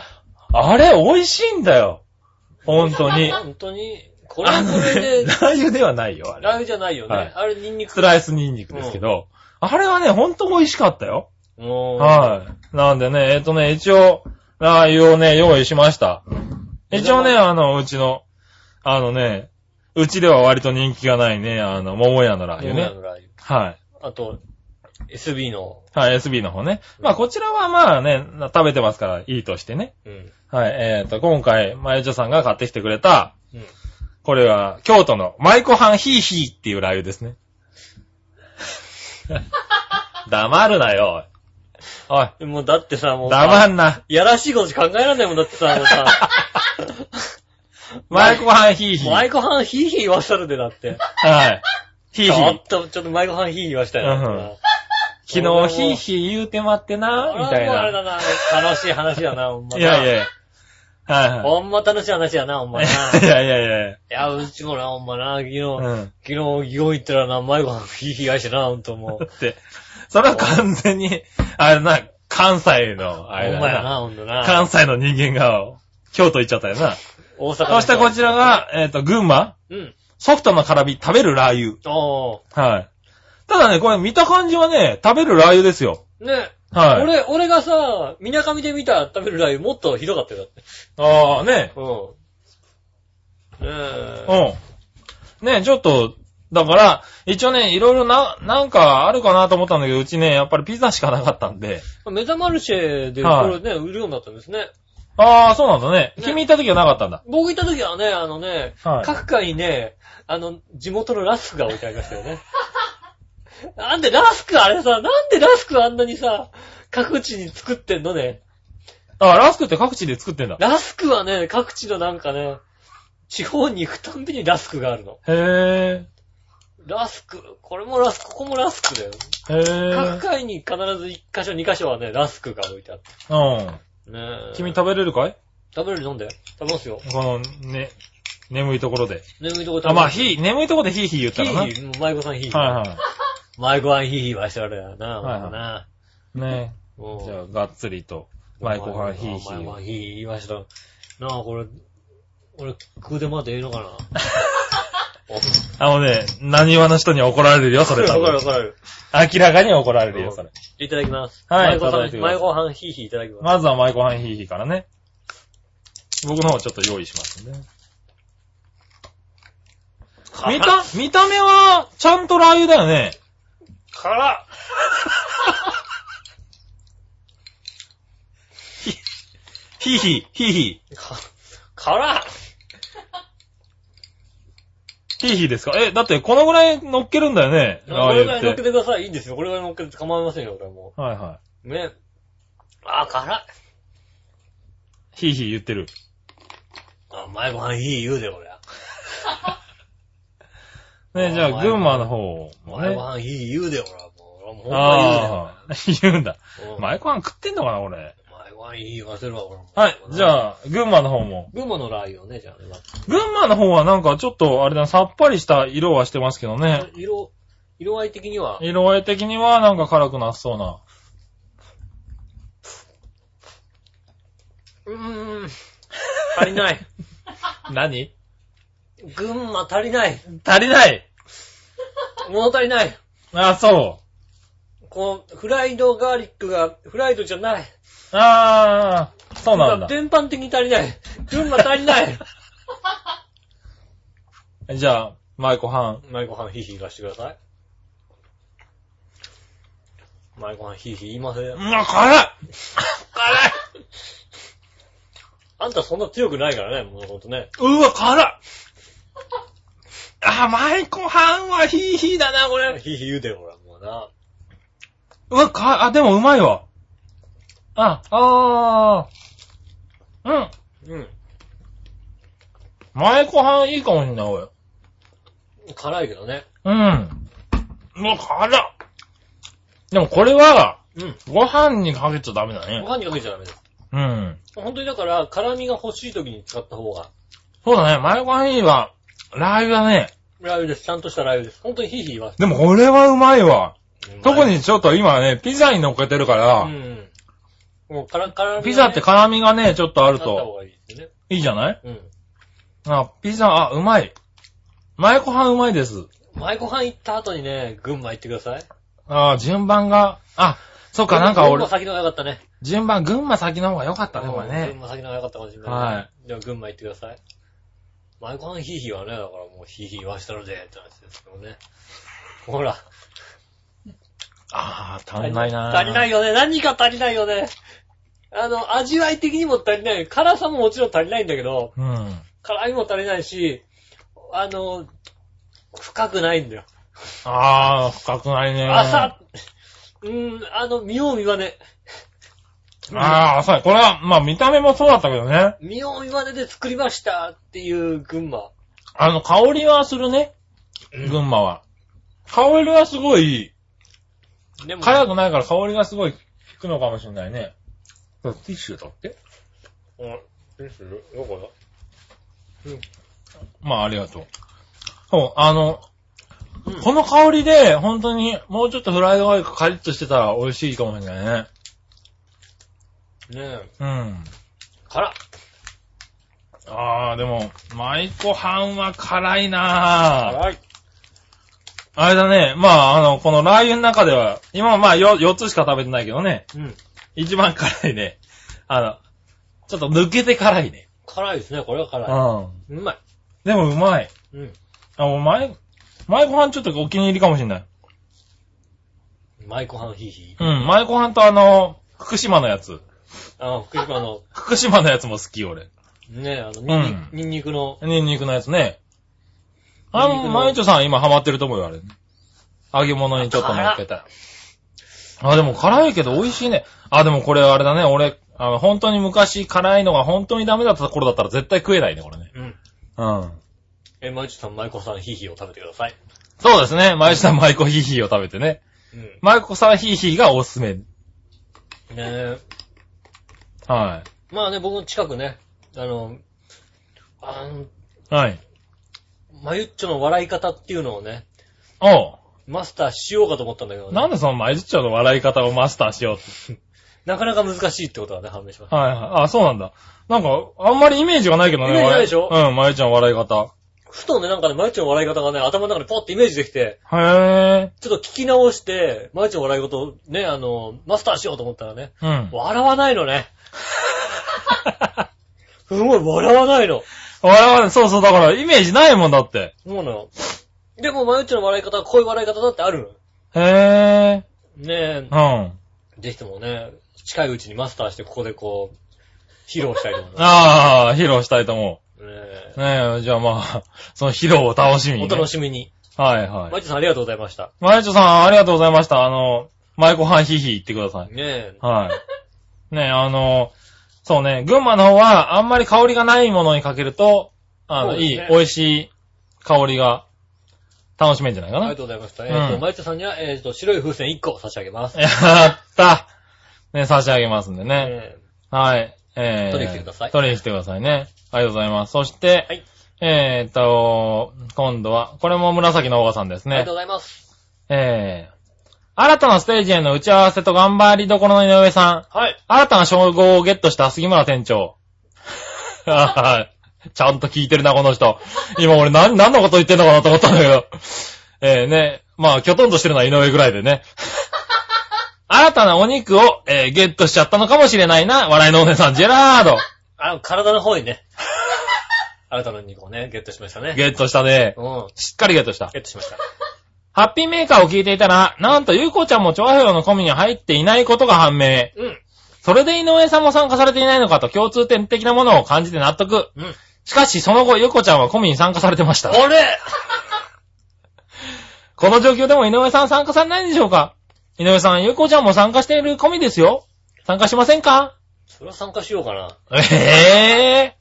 あれ、美味しいんだよ。本当に。本当に、これあはのこれね、で、ラー油ではないよ、ラーあれ。油じゃないよね。はいあれ、ニンニク。スライスニンニクですけど、あれはね、ほんと美味しかったよ。もう、はい。なんでね、えっとね、一応、ラー油をね、用意しました。一応ね、あの、うちの、あのね、うちでは割と人気がないね、あの、桃屋のラー油モーラね。のラー油。はい。あと、SB の、はい、SB の方ね。まあ、こちらはまあね、食べてますから、いいとしてね。うん。はい、えっ、と、今回、まゆちょさんが買ってきてくれた、うん。これは、京都の、舞妓飯ヒーヒーっていうラー油です ね。黙るなよ、おい。もうだってさ、もおうい、さ。黙んな。いやらしいことしか考えられないもんだってさ、もう さ、舞妓飯ヒーヒー。マイコハンヒーヒー言わしたるでだって。はい。ヒちーヒょーっ。と、ちょっとマイコハンヒーヒー言わしたよ。うんな昨俺も日ヒーヒー言うてまってな、みたい俺もあれな。だな、楽しい話だな、ほんまいな。やいやいや。はほんま楽しい話やな、ほんま いな。いはい。いやいやいやいや。や、うちもな、ほんまな、昨日、うん。昨日、行行ったらな、マイコハンヒーヒー言わしてな、ほんともうだ。って、それは完全に、あれな、関西の、ほあれんだまやな。な、ほんとな。関西の人間が、京都行っちゃったよな。大阪の人そしてこちらが、えっと、群馬うん。ソフトの辛味、食べるラーあ油。はい。ただね、これ見た感じはね、食べるラー油ですよ。あ。ね。はい。俺、俺がさ、みなかみで見た食べるラー油もっとひどかったよ、だって。ああ、ね。うん。ねえ。うん。ね、ちょっと、だから、一応ね、いろいろな、なんかあるかなと思ったんだけど、うちね、やっぱりピザしかなかったんで。メザマルシェで、はこいれね、売るようになったんですね。ああ、そうなんだね。ね君行った時はなかったんだ。僕行った時はね、あのね、はい各界にね、あの、地元のラスクが置いてありましたよね。 なんでラスクあれさ、なんでラスクあんなにさ、各地に作ってんのね。あラスクって各地で作ってんだ。ラスクはね、各地のなんかね、地方に行くたんびにラスクがあるの。へラスク、これもラスク、ここもラスクだよ。え。へえ。各界に必ず1箇所、2箇所はね、ラスクが置いてあって。うん。ねえ君食べれるかい食べる飲んで食べますよ。この、ね、眠いところで。眠いとこ食べあ、まあ、ひ、眠いところでヒーヒー言っヒたらな。ーヒー、もう舞妓さんヒーヒー。はいはマイコアンヒーヒーはしてられるよな、はいはいほんとな。い。ねうんじゃあ、がっつりと、マイコハンヒーヒマイコハー。ンヒーヒー言わしたら。なあ、これ、俺、食うてもらっていいのかなおあのね、何話の人には怒られる よ、それ多わかる分わ。かる。明らかに怒られるよ、それ。いただきます。はマいイコハいただいてン、くださマいイコハンヒーヒーいただきます。まずはマイコハンヒーヒーからね。僕の方ちょっと用意しますね。見た、 見た目は、ちゃんとラー油だよね。 辛ヒーヒー、ヒーヒ辛ー。ヒーヒーですかえ、だってこのぐらい乗っけるんだよね。ラこれーぐら油い乗っっけて。てください。いいんですよ。これぐらい乗っけて構いませんよ、俺はもはいはう。ね。あー、辛い。い。ヒーヒー言ってる。あ、マイコハンヒーヒー言うで、俺は。ね、じゃあ、群馬の方もマイねコ。ハンヒーヒー言うで、俺はもう。俺はもうほんまああ、 言うんだ。言うで。うんマイコハン食ってんのかな、俺。マイコハンヒーヒー言わせるわ、俺も。はい、じゃあ、群馬の方も。群馬のラー油をね、じゃあね、まず群馬の方はなんかちょっと、あれだな、さっぱりした色はしてますけどね。色、色合い的には、色合い的にはなんか辛くなさそうな。うーん、足りない。何 群馬足りない。足りない物足りない。あ、そこの、フライドガーリックが、フライドじゃない。う。ああ、そうなんだ。全般的に足りない。群馬足り ない。じゃあ、マイコハン。マイコハンヒーヒー出してください。マイコハンヒーヒー言いません。うわ、辛い辛いあんたそんな強くないからね、もうほんとね。うわ、辛っあ、前後半はヒーヒーだな、これ。ひいひい言うてよ、ほら、もうな。うわ、か、あ、でもうまいわ。あ、あー。ううん。ん。前後半いいかもしんない、おい。辛いけどね。うん。うわ、辛っでもこれは、うん。ご飯にかけちゃダメだごね。飯にかけちゃダメです。うん。ほんとにだから、辛味が欲しい時に使った方が、そうだね、前ご飯いいわ。ラー油だね。ラー油です。ちゃんとしたラー油です。ほんとにひいひい言わせてでもこれはうまいわ。特。うにちょっと今ね、ピザに乗っけてるかまいら、うん。もう辛、辛味がねピザって辛味がね、ちょっとああるったと方がいいですよね。いいじゃないうん。あ、ピザ、あ、うまい。前ご飯うまいです。前ご飯行った後にね、群馬行ってください。あ順番が、あ、そっか、なんか群馬俺、先の方が良かったね。順番、群馬先の方が良かったね、これ群ね。馬先の方が良かったかもしれない。。はいじゃあ群馬行ってください。前ご飯ヒーヒーはね、だからもうヒーヒー言わしたるぜって話ですけどね。ほら。ああ、足りないな。足りないいよね。何か足りないよね。あの、味わい的にも足りない。辛さももちろん足りないんだけど、うん。辛いも足りないし、あの、深くないんだよ。ああ、深くないね。朝、うーん、あの、見よう見まね。ああ、浅い。これは、まあ見た目もそうだったけどね。見よう見まねで作りましたっていう群馬。あの、香りはするね。群馬は。香りはすごいいい。でも、辛くないから香りがすごい効くのかもしれないね。ティッシュだってうん。ですよどこだまあありがとう。そう、あの、うんこの香りで、本当に、もうちょっとフライドオイルカリッとしてたら美味しいかもしれないね。ねえ。うん。辛ああ、でも、舞妓飯は辛いなぁ。辛い。あれだね。まあ、あの、このラー油の中では、今はまあよ4、つしか食べてないけどね。うん。一番辛いね。あの、ちょっと抜けて辛いね。辛いですね。これはう辛い。ん。うまい。でもうまい。うん。あ、もう前、前ご飯ちょっとお気に入りかもしれない。マイコハンヒーヒー。うん、前ご飯とあの、福島のやつ。あの、福島の、福島のやつも好き、俺。ねえ、あの、ニンニうんクニンニクの、ニンニクのやつね。あニンニクの、のまゆちょさん今ハマってると思うよ、あれ。揚げ物にちょっと乗っけたら。あ、でも辛いけど美味しいね。あ、でもこれあれだね、俺、あの、本当に昔辛いのが本当にダメだった頃だったら絶対食えないね、これね。うん。うん。え、マイチさん、マイコさん、ヒーヒーを食べてください。そうですね、まゆちょさんマイコヒーヒーを食べてね。うん。マイコさんヒーヒーがおすすめ。ねえ。はまあね、僕の近くね、あの、あの、い。はい。マユッチョの笑い方っていうのをね、おう。マスターしようかと思ったんだけどね。なんでそのマイズッチョの笑い方をマスターしようって。なかなか難しいってことはね、判明しました。はいはい。あ、そうなんだ。なんか、あんまりイメージがないけどね。イメージないでしょ笑いうん、マイちゃん笑い方。ふとね、なんかね、マユッチョの笑い方がね、頭の中でポッてイメージできて、へちょっと聞き直して、マユッチョの笑い事をね、あの、マスターしようと思ったらね、ぇー。うん。笑わないのね。すごい、笑わないの。笑わない。そうそう、だからイメージないもんだって。そうなの。でも、マユッチョの笑い方はこういう笑い方だってあるの。へぇねえ、ー。うん。ぜひともね、近いうちにマスターしてここでこう、披露したいと思います。あー、披露したいと思ねえう。ねえ、じゃあまあ、 その披露を楽しみに、おね。楽しみに。はいはマい。イチさんありがとうございました。マイチョさん、ありがとうございました。あの、マイコハンヒヒ言ってください。ねえ。はい。 ねえ、あの、そうね、群馬の方は、あんまり香りがないものにかけると、あの、そういでいすね、美味しい香りが、楽しめるんじゃないかありなが。とうございました。んえっ、と、マイチさんには、えっ、と、白い風船1個差し上げます。 やったね、差し上げますんでね。ねはい。えー、取りに来てください取りに来てくださいね。ありがとうございます。そして、はいえーっと、今度は、これも紫のオーガさんですえありがねとう。ございます。えー、新たなステージへの打ち合わせと頑張りどころの井上さん。はい。新たな称号をゲットした杉村店長。 ちゃんと聞いてるな、この人。今俺何、何のこと言ってんのかなと思ったんだけど。えー、ね、まあ、きょとんとしてるのは井上ぐらいでね。 新たなお肉を、えーゲットしちゃったのかもしれないな、笑いのお姉さん、ジェラード。あの、体の方にね、 新たな2個ね、ゲットしましたね。ゲットしたね。うん。しっかりゲットした。ゲットしました。ハッピーメーカーを聞いていたら、なんと、ゆうこちゃんも調和表のコミに入っていないことが判明。うん。それで井上さんも参加されていないのかと共通点的なものを感じて納得。うん。しかし、その後、ゆこちゃんはコミに参加されてました。あれこの状況でも井上さん参加されないんでしょうか井上さん、ゆこちゃんも参加しているコミですよ。参加しませんかそれは参加しようかな。 ええ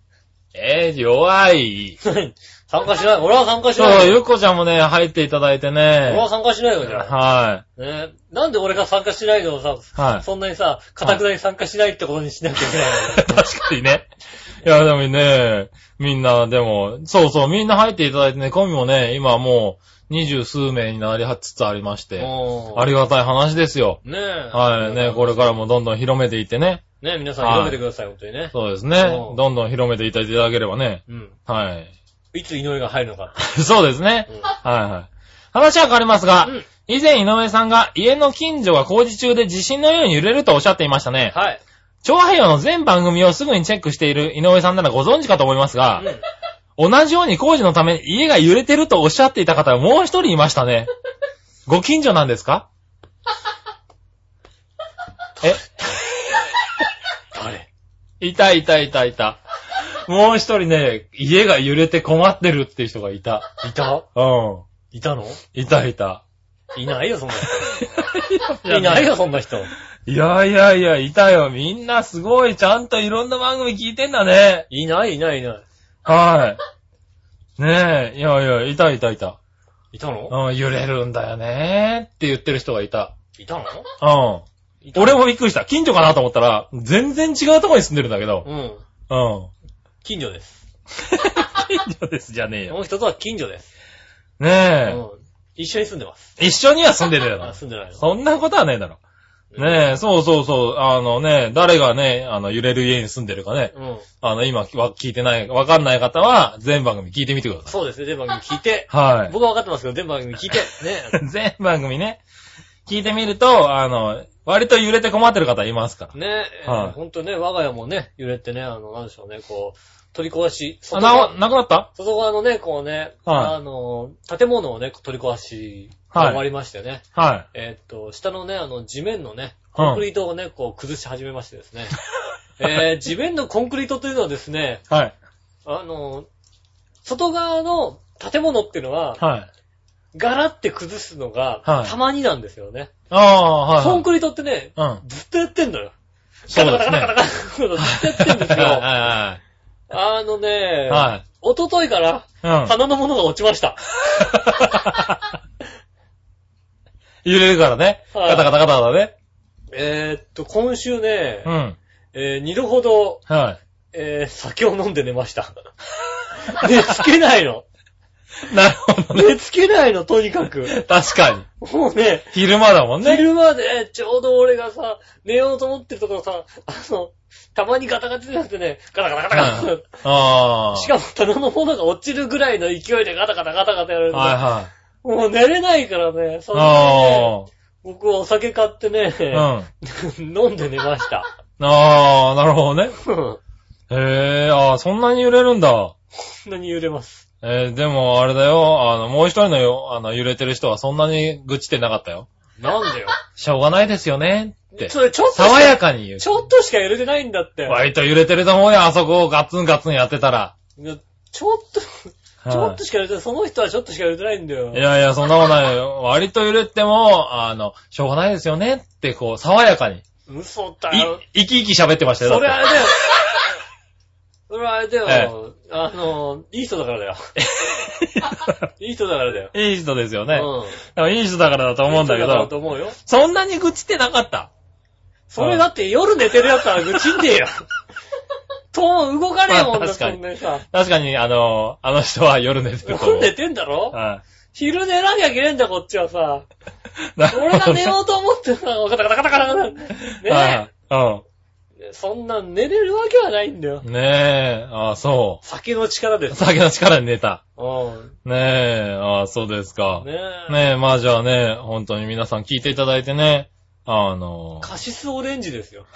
ええ弱い。参加しない。俺は参加しなそう、いよ。ゆこちゃんもね、入っていただいて俺ねは。参加しないよ、じゃあ。はねなんで俺が参加しないのをさ、い。はい。そんなにさ、かたくなに参加しないってことにしなきゃいけないの 確かにね。いや、でもね、みんな、でも、そうそう、みんな入っていただいてね、コミもね、今もう、二十数名になりつつありまして、 あありがたい話ですよ。ねえ。はい、ね、これからもどんどん広めていってね。ね皆さんはい広めてください、本当にね。そうですね。うんどんどん広めていただいていただければね。うん。はい。 いつ井上が入るのか。そうですね。 うんはいはい。話は変わりますが、うん以前井上さんが家の近所が工事中で地震のように揺れるとおっしゃっていましたね。はい。超平洋の全番組をすぐにチェックしている井上さんならご存知かと思いますが、うん同じように工事のために家が揺れてるとおっしゃっていた方がもう一人いましたね。ご近所なんですか誰えいたいたいたいた。もう一人ね、家が揺れて困ってるっていう人がいた。いたうん。いたのいたいた。いないよ、そんな人。いないよ、そんな人。いやいやいや、いたよ。みんなすごい、ちゃんといろんな番組聞いてんだね。いない、いない、いない。はい。ねえ、いやいや、いたいたいた。いたのうん、揺れるんだよねって言ってる人がいた。いたのうん。いた俺もびっくりした。近所かなと思ったら、全然違うとこに住んでるんだけど。うん。うん。近所です。近所ですじゃねえこよ。の人とは近所です。うねん。一緒に住んでます。え。一緒には住んでるよあな。住んでないの。そんなことはねえだろ。ねえ、そうそうそう。あのね、誰がね、あの、揺れる家に住んでるかね。うん。あの、今、わ聞いてない、わかんない方は、全番組聞いてみてください。そうですね、全番組聞いて。はい。僕は分かってますけど、全番組聞いて。ね 全番組ね、聞いてみると、あの、割と揺れて困ってる方いますから。ねえはいー、ほんとね、我が家もね、揺れてね、あの、なんでしょうね、こう、取り壊し、あ、外側な、なくなった外側のね、こうね、はいあの、建物をね、取り壊し、はい終わりましてね、はえーっと、下のね、あの、地面のね、うんコンクリートをね、こう、崩し始めましてですね。えー、地面のコンクリートというのはですね、い。はい。あの、外側の建物っていうのは、はい。ガラって崩すのがは、いたまになんですよね。ああ、はいはい。コンクリートってね、うん。ずっとやってんのよ。そガタうガでタガすタガタ。ガねタずっとやってんですよ。 はあのいね、はい。おとといから、はい。鼻のものが落ちました。うん。揺れるからね。はいガタガタガタガタね。えーっと、今週ね、うん。えー、2度ほど、はえー、酒を飲んで寝ました。 寝つけないの。い。なるほどね。 寝つけないの、とにかく。確かに。もうね、昼間だもんね。昼間で、ちょうど俺がさ、寝ようと思ってるところさ、あの、たまにガタガタじゃなくてね、ガタガタガタガああタ。。しかも、棚のものが落ちるぐらいの勢いでガタガタガタガタやられるのはいはい。もう寝れないからね、そんなね、あ僕はお酒買ってね、あ。うん。飲んで寝ました。ああ、なるほどね。うんへえ、ああ、そんなに揺れるんだ。そんなに揺れます。えーでも、あれだよ、あの、もう一人のよ、あの、揺れてる人はそんなに愚痴ってなかったよ。なんでよ。しょうがないですよね、って。それちょっとしか爽やかに言うち。ょっとしか揺れてないんだって。割と揺れてると思うよ、あそこをガッツンガッツンやってたら。いやちょっと、はいちょっとしか揺れてない。その人はちょっとしか揺れてないんだよ。いやいや、そんなことないよ。割と揺れても、あの、しょうがないですよね、って、こう、爽やかに。い、嘘だよ。生き生き喋ってましたよ、だそってれあれだ よ。それあれだよ。あの、いい人だからだ よ。いい人だからだよ。いい人ですようね。ん。でもいい人だからだと思うんだけいい人からとど、思うよ。そんなに愚痴ってなかった。それだって夜寝てるやつは愚痴んでえ よ。トーン動かねえもんまだ、あ確かそにんなにさ。確かに、あの、あの人は夜寝てると思夜う。寝てんだろは昼寝なきゃいけねえんだ、こっちはさ。い。なるほど俺が寝ようと思って さ、ガタガタガタガタガタ。ねはいえ。そんなん寝れるわけはないんだよう。ん。ねえ、ああ、そ酒の力でう。す。酒の力に寝た。うん。ねえ、ああ、そうですか。ねねえ。え、まあじゃあね、本当に皆さん聞いていただいてね、あの、カシスオレンジですよ。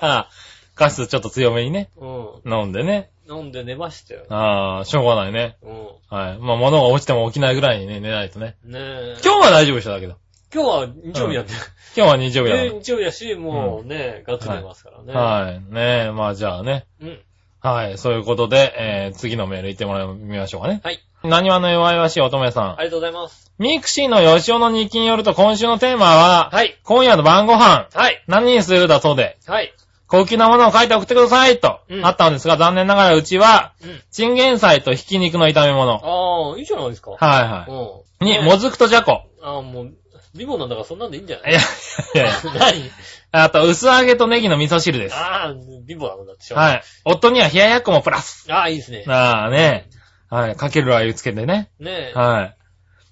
ああ、カシスちょっと強めにね、う飲んでね、ん。飲んで寝ましたよ。ああ、しょうがないね。うはい。まあ物が落ちても起きないぐらいにね、寝ないとね。ん。ねえ。今日は大丈夫でしただけど。今日今日は日曜日なんで。今日は日曜日だで日曜日だし、もうね、ガッツリ出ますからね。はい。ねえ、まあじゃあね。うん。はい。そういうことで、えー、次のメール行ってもらいましょうかね。はい。何話の弱々しい乙女さん。ありがとうございます。ミクシーの吉尾の日記によると今週のテーマは、はい。今夜の晩ご飯、はい。何にするだそうで、はい。高級なものを書いて送ってくださいと、うんあったんですが、残念ながらうちは、うん。チンゲン菜とひき肉の炒め物。はいああ、いいじゃないですか。はうい。ん。に、ねもずくとじゃこ。ああ、もう、リボンなんだからそんなんでいいんじゃないいや、いやいや。 何あと、薄揚げとネギの味噌汁です。ああ、リボンなんだってしょうがな。はいい。夫には冷ややっこもプラス。ああ、いいですね。ああね。はい。かけるラー油つけてね。ねはい。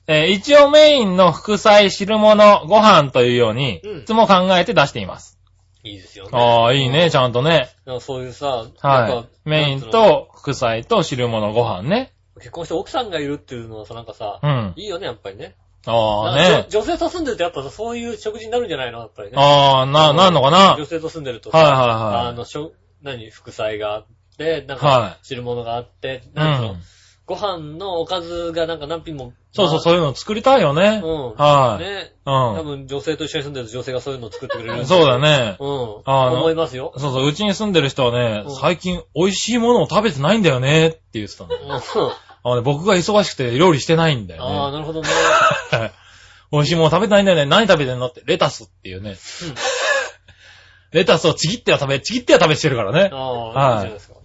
えー一応メインの副菜、汁物、ご飯というように、うんいつも考えて出しています。え。いいですよね。ああ、いいね、ちゃんとね。なんかそういうさ、なんはかい。メイン。なんつうのと副菜と汁物ご飯ね。結婚して奥さんがいるっていうのはさ、なんかさう、ん。いいよね、やっぱりね。ああなんねか。女女性と住んでるとやっぱさそういう食事になるんじゃないのやっぱりね。ああ、な、なんのかな女性と住んでるとさ、はいはいはいあの、しょ、何、副菜があって、なんはか、汁物があって、なんか、ご飯のおかずがなんか何品も。そうそう、う。そういうの作りたいよね。うん。はい。ね。多う分女性と一緒に住んでると女性がそういうのを作ってくれる。ん。そうだね。うん。あの思いますよ。そうそう、うちに住んでる人はねうん、最近美味しいものを食べてないんだよねって言ってたの う。ん。ああのね僕が忙しくて料理してないんだあー、よね。なるほどね。はい 美味しいもの食べてないんだよね。何食べてんのって、レタスっていうね。 レタスをちぎっては食べ、ちぎっては食べしてるからね。ああ、いいじゃはいないですか。ね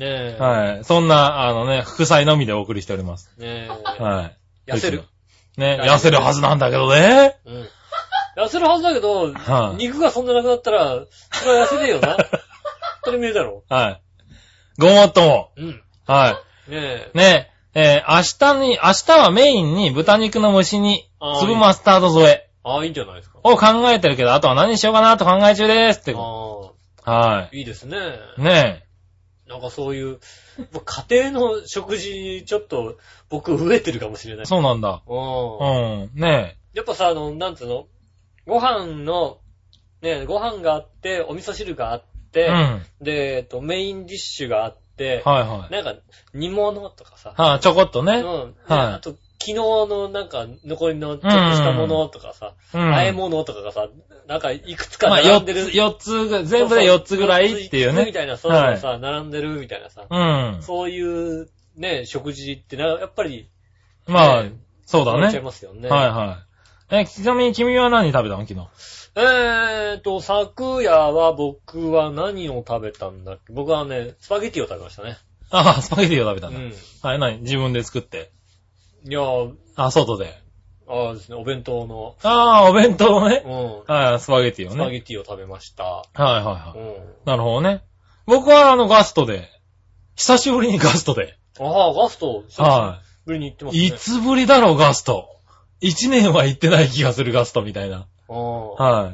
え。はい。そんな、あのね、副菜のみでお送りしております。ねはい。え。痩せる。。ね、はい痩せるはずなんだけどね。うん。痩せるはずだけど、はい肉がそんななくなったら、それは痩せねえよ な。当たり前だろ。はい。ごもっとも。うん。はねえい。。ね、えー明日に、明日はメインに豚肉の蒸しにあー、粒マスタード添えああ、いいんじゃないですか。を考えてるけど、あとは何しようかなと考え中ですって。あはあ、いいですね。い。ねなんかそういう、家庭の食事にちょっと僕飢えてるかもしれなえ、い。そうなんだ。うんう。ん、ねやっぱさ、あの、なんつうのご飯の、ね、ご飯があって、お味噌汁があっえ。て、うん。で、えっと、メインディッシュがあって、はいはい。なんか、煮物とかさ、はい、ちょこっとうねん。。ねはいあと、昨日のなんか、残りのちょっとしたものとかさ、う和えん。物とかがさ、なんか、いくつかまあ、並んでる。 4つ、四つぐ、全部で4つぐらいっていうそうそう四つみね。たいな、そういうのがさ、並んでるみたいなさ、うん。そういう、ね、食事ってな、やっぱり、まあね、そうだなっちゃいね。ますよね。はいはい。え、ちなみに君は何食べたの昨日。えーと、昨夜は僕は何を食べたんだっけ僕はね、スパゲティを食べましたね。ああ、スパゲティを食べうたんだ。ん。はい、何自分で作って。いやー、あ、外で。ああですね、お弁当の、ああ、お弁当をね。うん。はい、スパゲティをスパね。ゲティを食べました。はいはういはい。ん。なるほどね。僕はあのガストで。久しぶりにガストで。ああ、ガスト、久はしぶりに行ってますね。い。いつぶりだろう、ガスト。一年は行ってない気がする、ガストみたいな。ああ。は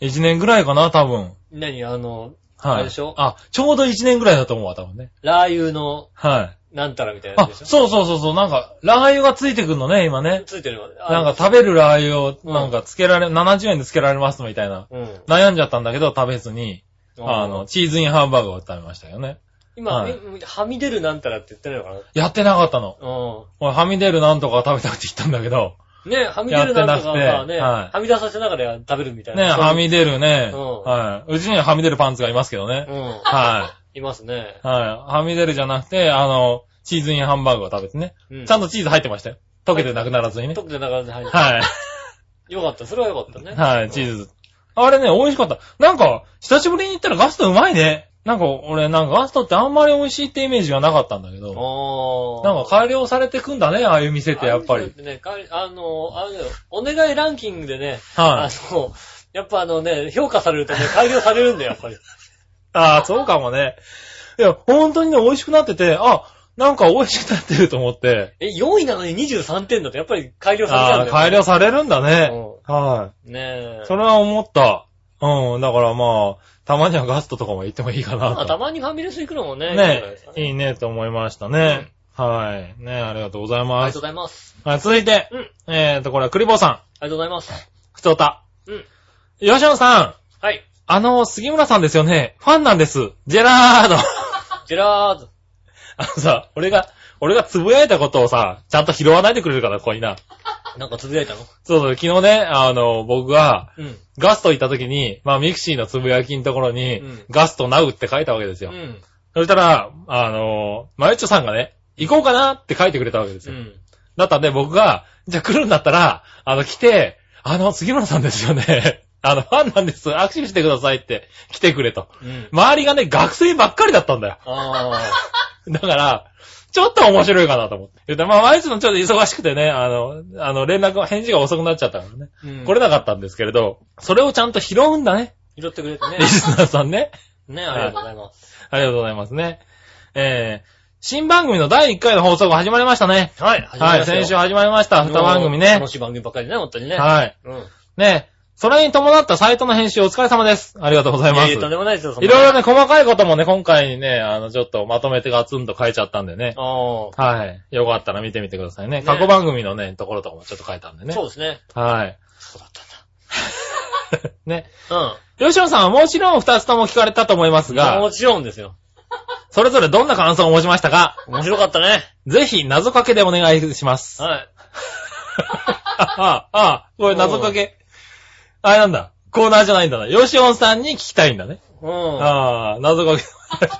い。一年ぐらいかな、多分。何あの、はい。あれでしょあ、ちょうど一年ぐらいだと思うわ、多分ね。ラー油の、はい。なんたらみたいなやあつ、でしょそうそうそうそう、なんか、ラー油がついてくんのね、今ね。ついてるわ。ななんか、食べるラー油を、なんか、つけられ、70円でつけられます、みたいな。うん。悩んじゃったんだけど、食べずに、あの、、チーズインハンバーグを食べましたよね。今、はいえはみ出るなんたらって言ってないのかなやってなかったの。う俺、はみ出るなんとか食べたくて言ったんだけど、ん。ね、はみ出るなんとかやはってなくてね、ははいみ出させながら食べるみたいね、な。そういうはみ出るね、うんはい。うちにははみ出るパンツがいますけどね。うん。はいますね。い。はい。はみ出るじゃなくて、あの、チーズインハンバーグを食べてね。うんちゃんとチーズ入ってましたよ。溶けてなくならずにね。特でなかなか入る。はい。よかった。それはよかったね。はい、チーズ。あれね、美味しかった。なんか、久しぶりに行ったらガストうまいね。なんか、俺、なんかガストってあんまり美味しいってイメージがなかったんだけど、ああ。なんか改良されてくんだね、ああいう店ってやっぱり。。ね、かあの、あれだよお願いランキングでね、はあい。の、やっぱあのね、評価されるとね、改良されるんだよ、やっぱり。 ああ、そうかもね。いや、本当にね、美味しくなってて、あ、なんか美味しくなってると思って、え、4位なのに23点だと、やっぱり改良されちゃあうん あ、だよ。改良されるんだね。良。はねえ。い。それは思った。うん、だからまあ、たまにはガストとかも行ってもいいかなまあ、たと。まにファミレス行くのもね、いいんじゃないねですか、ねいいねと思いましたね。はい。ね、ありがとうございありまがすとうご。ざいます。はい、続いて、うんえーと、これはクリボーさん、ありがとうございます。ふとた。うん。吉野さん、はい。あの、杉村さんですよね。ファンなんです。ジェラード。 ジェラード。あのさ、俺が、俺がつぶやいたことをさ、ちゃんと拾わないでくれるから、こいな。なんかつぶやいたのそうそう、昨日ね、あの、僕が、うん。ガスト行った時に、まあ、ミクシーのつぶやきのところに、うんガストナウって書いたわけですうよ。ん。そしたら、あの、マユッチョさんがね、行こうかなって書いてくれたわけですうよ。ん。だったんで、僕が、じゃあ来るんだったら、あの、来て、あの、杉村さんですよね。 あの、ファンなんです。握手してくださいって、来てくれと。うん。周りがね、学生ばっかりだったんだよ。あだから、ちょっと面白いかなと思って。言ったまあ、毎日のちょっと忙しくてね、あの、あの、連絡、返事が遅くなっちゃったからね。あ。 うん。来れなかったんですけれど、それをちゃんと拾うんだね。拾ってくれてね リ。スナーさんね。ね、ありがとうございます。ありがとうございますね。えー、新番組の第1回の放送が始まりましたね。はい、始まはりい、ましたよ先週始まりました。2番組ね楽。しい番組ばっかりね、本当にね。はい。うん。ね、それに伴ったサイトの編集お疲れ様です。ありがとうございます。ええいとんろでもないですよ、そんいなろね、細かいこともね、今回ね、あの、ちょっとまとめてガツンと書いちゃったんでね。ああ。はい。よかったら見てみてくださいね。ね過去番組のね、ところとかもちょっと書いたんでねそ。うですね。はい。そうだった ね。んだ。吉野さんはもちろん二つとも聞かれたと思いますうん。もが、ちろんですよ。それぞれどんな感想を持ちましたか面白かったね。ぜひ、謎かけでお願いします。あはい。あ、あこれ謎かけ。あれなんだ。コーナーじゃないんだな。吉野さんに聞きたいんだね。うん。ああ、謎かけお願いし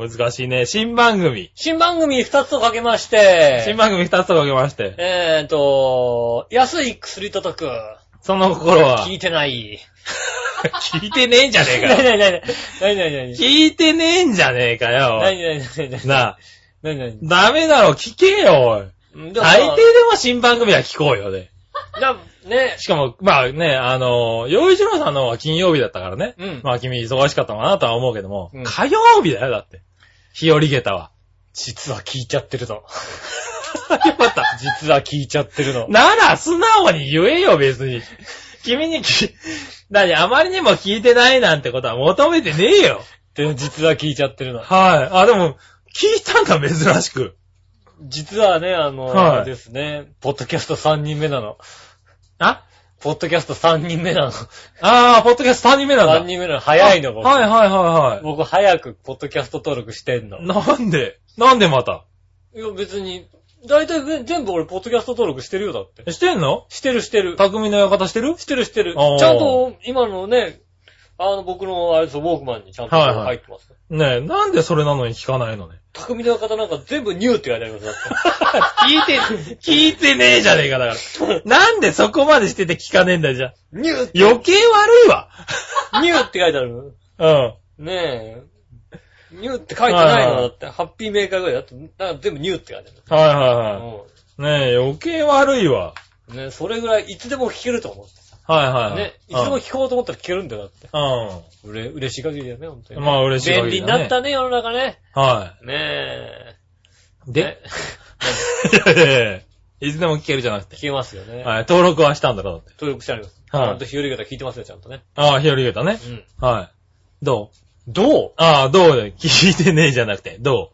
ます。難しいね。新番組。新番組二つをかけまして。新番組二つとかけまして。えーと、安い薬と解く。その心 は、聞いてない。聞いてねえんじゃねえ なかになよ。になになになになに 聞いてねえんじゃねえかよ。なになになになになあ、なになにダメだろ、聞けよ、おい。うんでもさ大抵でも新番組は聞こうよね。だね。しかも、まあね、あの、洋一郎さんの方は金曜日だったからね。うんまあ君忙しかったのかなとは思うけども、うん火曜日だよ、だって。日和下駄 は。実は聞いちゃってるの。よかった。 実は聞いちゃってる の。なら、素直に言えよ、別に。君にき、何、あまりにも聞いてないなんてことは求めてねえよ。で実は聞いちゃってるの。はい。あ、でも、聞いたんだ、珍しく。実はね、あの、はいあれですね、ポッドキャスト3人目なの。あポッドキャスト3人目なの。あー、ポッドキャスト3人目なんだ。 3人目なの。早いの、僕。はいはいはいは僕、早くポッドキャスト登録してんの。い。なんでなんでまたいや、別に、だいたい全部俺、ポッドキャスト登録してるよ、だって。してんのしてる、してる。匠の館してるしてる、してる。あーちゃんと、今のね、あの、僕の、あれですよウォークマンにちゃんとはいはい入ってます。ねえ、なんでそれなのに聞かないのね。匠の方なんか全部ニューって言われてますよ。 聞いて、聞いてねえじゃねえか、だから。なんでそこまでしてて聞かねえんだよじゃあ。ニューって、余計悪いわ。ニューって書いてある。うん。ねえ。ニューって書いてないはいはのいだって、ハッピーメーカーぐらいだって、だから全部ニューって書いてある。はいはいはうい。ねえ、余計悪いわ。んねそれぐらいいつでも聞けると思って。はいはいはい。ね、いつうんでも聞こうと思ったら聞けるんだよ、だって。うん。うれ、嬉しい限りだよね、本当にね。まあ嬉しい限り便利だにねなったね、世の中ね。はねえ。い。ね で、、い やいやいやいつでも聞けるじゃなくて。聞けますよね。はい、登録はしたんだろうって。登録してあります。はいちゃんと日和方聞いてますよ、ちゃんとね。ああ、日和言たねう。ん。はい。どうどうああ、どうだよ聞いてねえじゃなくて、ど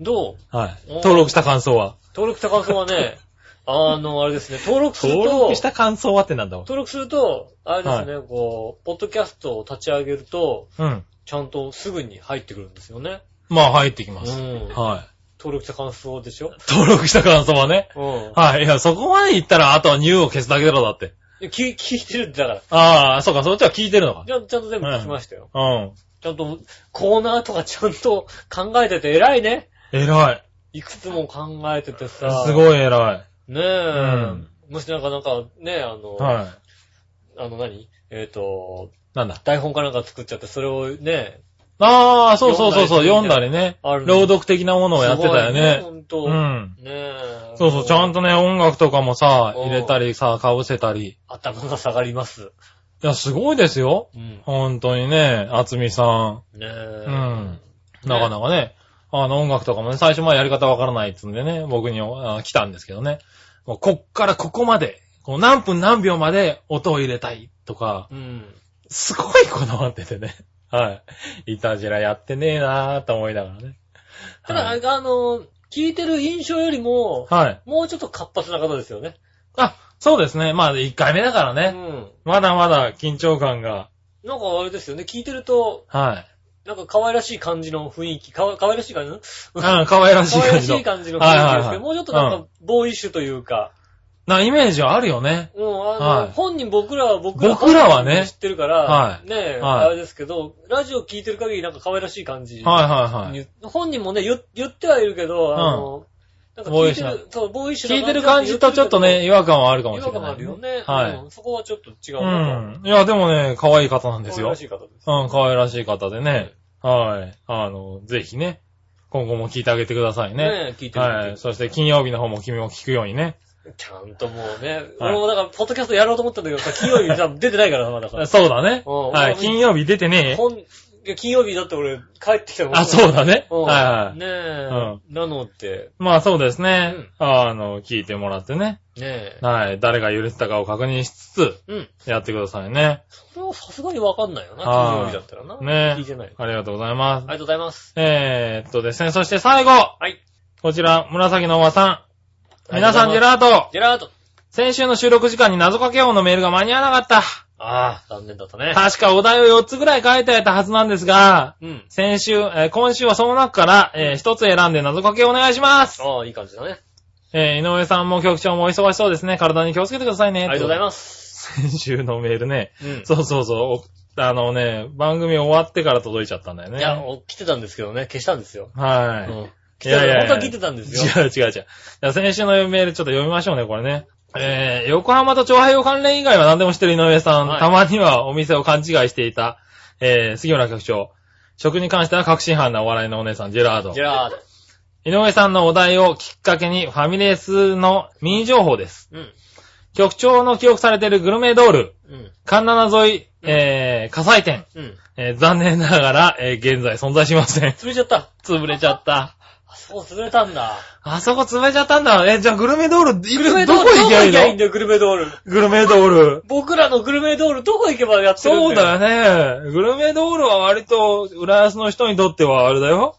どううはい。おー登録した感想は登録した感想はね、あの、あれですね、登録すると、登録した感想はってなんだろ登録すると、あれですね、こう、ポッドキャストを立ち上げると、う。うん。ちゃんとすぐに入ってくるんですよね。まあ入ってきます。うんはい。登録した感想でしょ登録した感想はね。うん。はい。いや、そこまで言ったら、あとはニューを消すだけだろ、だって。聞 聞いてるんだから。ああ、そうか、そっちは聞いてるのか。ちゃんちゃんと全部聞きましたよ。うん。ちゃんとコーナーとかちゃんと考えてて偉いね。偉い。いくつも考えててさ。すい。ごい偉い。ねえ。んもしなんかなんかね、あの、はあの何えっ、と、い。なんだ。台本かなんか作っちゃって、それをね、ああ、そうそうそうそう、読読んんだだりりね。ある朗読的なものをやってたすよごね。いほんと。うねん。え。そうそう、ちゃんと。とね、音楽とかもさ、うん入れたりさ、被せたり。頭が下がります。いや、すごいですよ。うん。本当にね、厚みさん。ねえ。うん。なかなかね、あの音楽とかもね、最初まあやり方わからないっつうんでね、僕にあ来たんですけどね。もうこっからここまで、こう何分何秒まで音を入れたいとか、うん。すごいこだわっててね。 はい。いたじらやってねえなぁと思いながらね。ただ、はい、あの、聞いてる印象よりも、はい。もうちょっと活発な方ですよね。あ、そうですね。まあ1回目だからうね。ん。まだまだ緊張感が、なんかあれですよね、聞いてると、はい。なんか可愛らしい感じの雰囲気、かわ可愛らしい感じのうん、可愛らしい可愛感らじしの。い感じのはいは雰囲気いですはけいど、もうちょっとなんか、ボーイッシュというか、なイメージはあるよね。もう、あの、はい本人僕らは僕ら僕らはね知ってるから、はいねえ、はいあれですけど、ラジオ聞いてる限りなんか可愛らしい感じ。はいはいはい。に本人もね、言言ってはいるけど、あの、なんか聞いてボーイッシュる、そう、ボーイッシュ聞いなてる感じとちょっとね、、違和感はあるかも違し和れ感なあい。るよね。はいうんそこはちょっと違ううなと。ん。いや、でもね、可愛い方なんです可愛よらし。い方です。うん、可愛らしい方でね。はい。あの、ぜひね、今後も聞いてあげてくださいえね。聞いてる。はい。そして金曜日の方も君も聞くようにね。ちゃんともうね、はい俺もだから、ポッドキャストやろうと思ったんだけど、金曜日さ、出てないからな、まださ。そうだね。うんはい。金曜日出てねえ。本、いや金曜日だって俺、帰ってきたもんあ、そうだね。うんはいはい。ねえ、なのって、まあそうですね。あの、聞いてもらってね。ねえ。はい。誰が許したかを確認しつうん。つ、やってくださいね。それはさすがにわかんないよな、はい金曜日だったらな。ね聞いてない。ありがとうございあまりす。がとうございます。えーっとですね、そして最後はい。こちら、紫のおばさん。皆さん、ジェーラートト。ジェラート。先週の収録時間に謎かけ音のメールが間に合わなかった。ああ、残念だったね。確かお題を4つぐらい書いてあったはずなんですが、うん。先週、えー今週はその中から、え1つ選んで謎かけお願いします。ああ、いい感じだね。えー井上さんも局長もお忙しそうですね。体に気をつけてくださいあね。りがとうございまます。す。先週のメールね。うん。そうそうそう。おあのね、番組終わってから届いちゃったんだよね。いや、お来てたんですけどね、消したんですよ。はうい。ん。来いやいやいて本や当は聞いてたんですよ。 違う違う違う。じゃあ先週のメールちょっと読みましょうね、これね。えー、横浜と長平洋関連以外は何でも知ってる井上さん。はいたまにはお店を勘違いしていた、えー、杉浦局長。食に関しては確信犯なお笑いのお姉さん、ジェラードジェ。ラート。井上さんのお題をきっかけにファミレスのミニ情報です。うん。局長の記憶されているグルメドール、うん。カンナナ沿い、えー、火災店、うん。。えー残念ながら、えー現在存在しません潰れちゃった。潰れちゃった。あ、そう、潰れたんだ。あそこ潰れちゃったんだ。え、じゃあグルメドール、いグルメつドーどル、こ行けばいどこ行いけばいいんのだよ、グルメドール。グルメドール。僕らのグルメドール、どこ行けばやってるんだよ。そうだよね。グルメドールは割と、浦安の人にとってはあれだよ。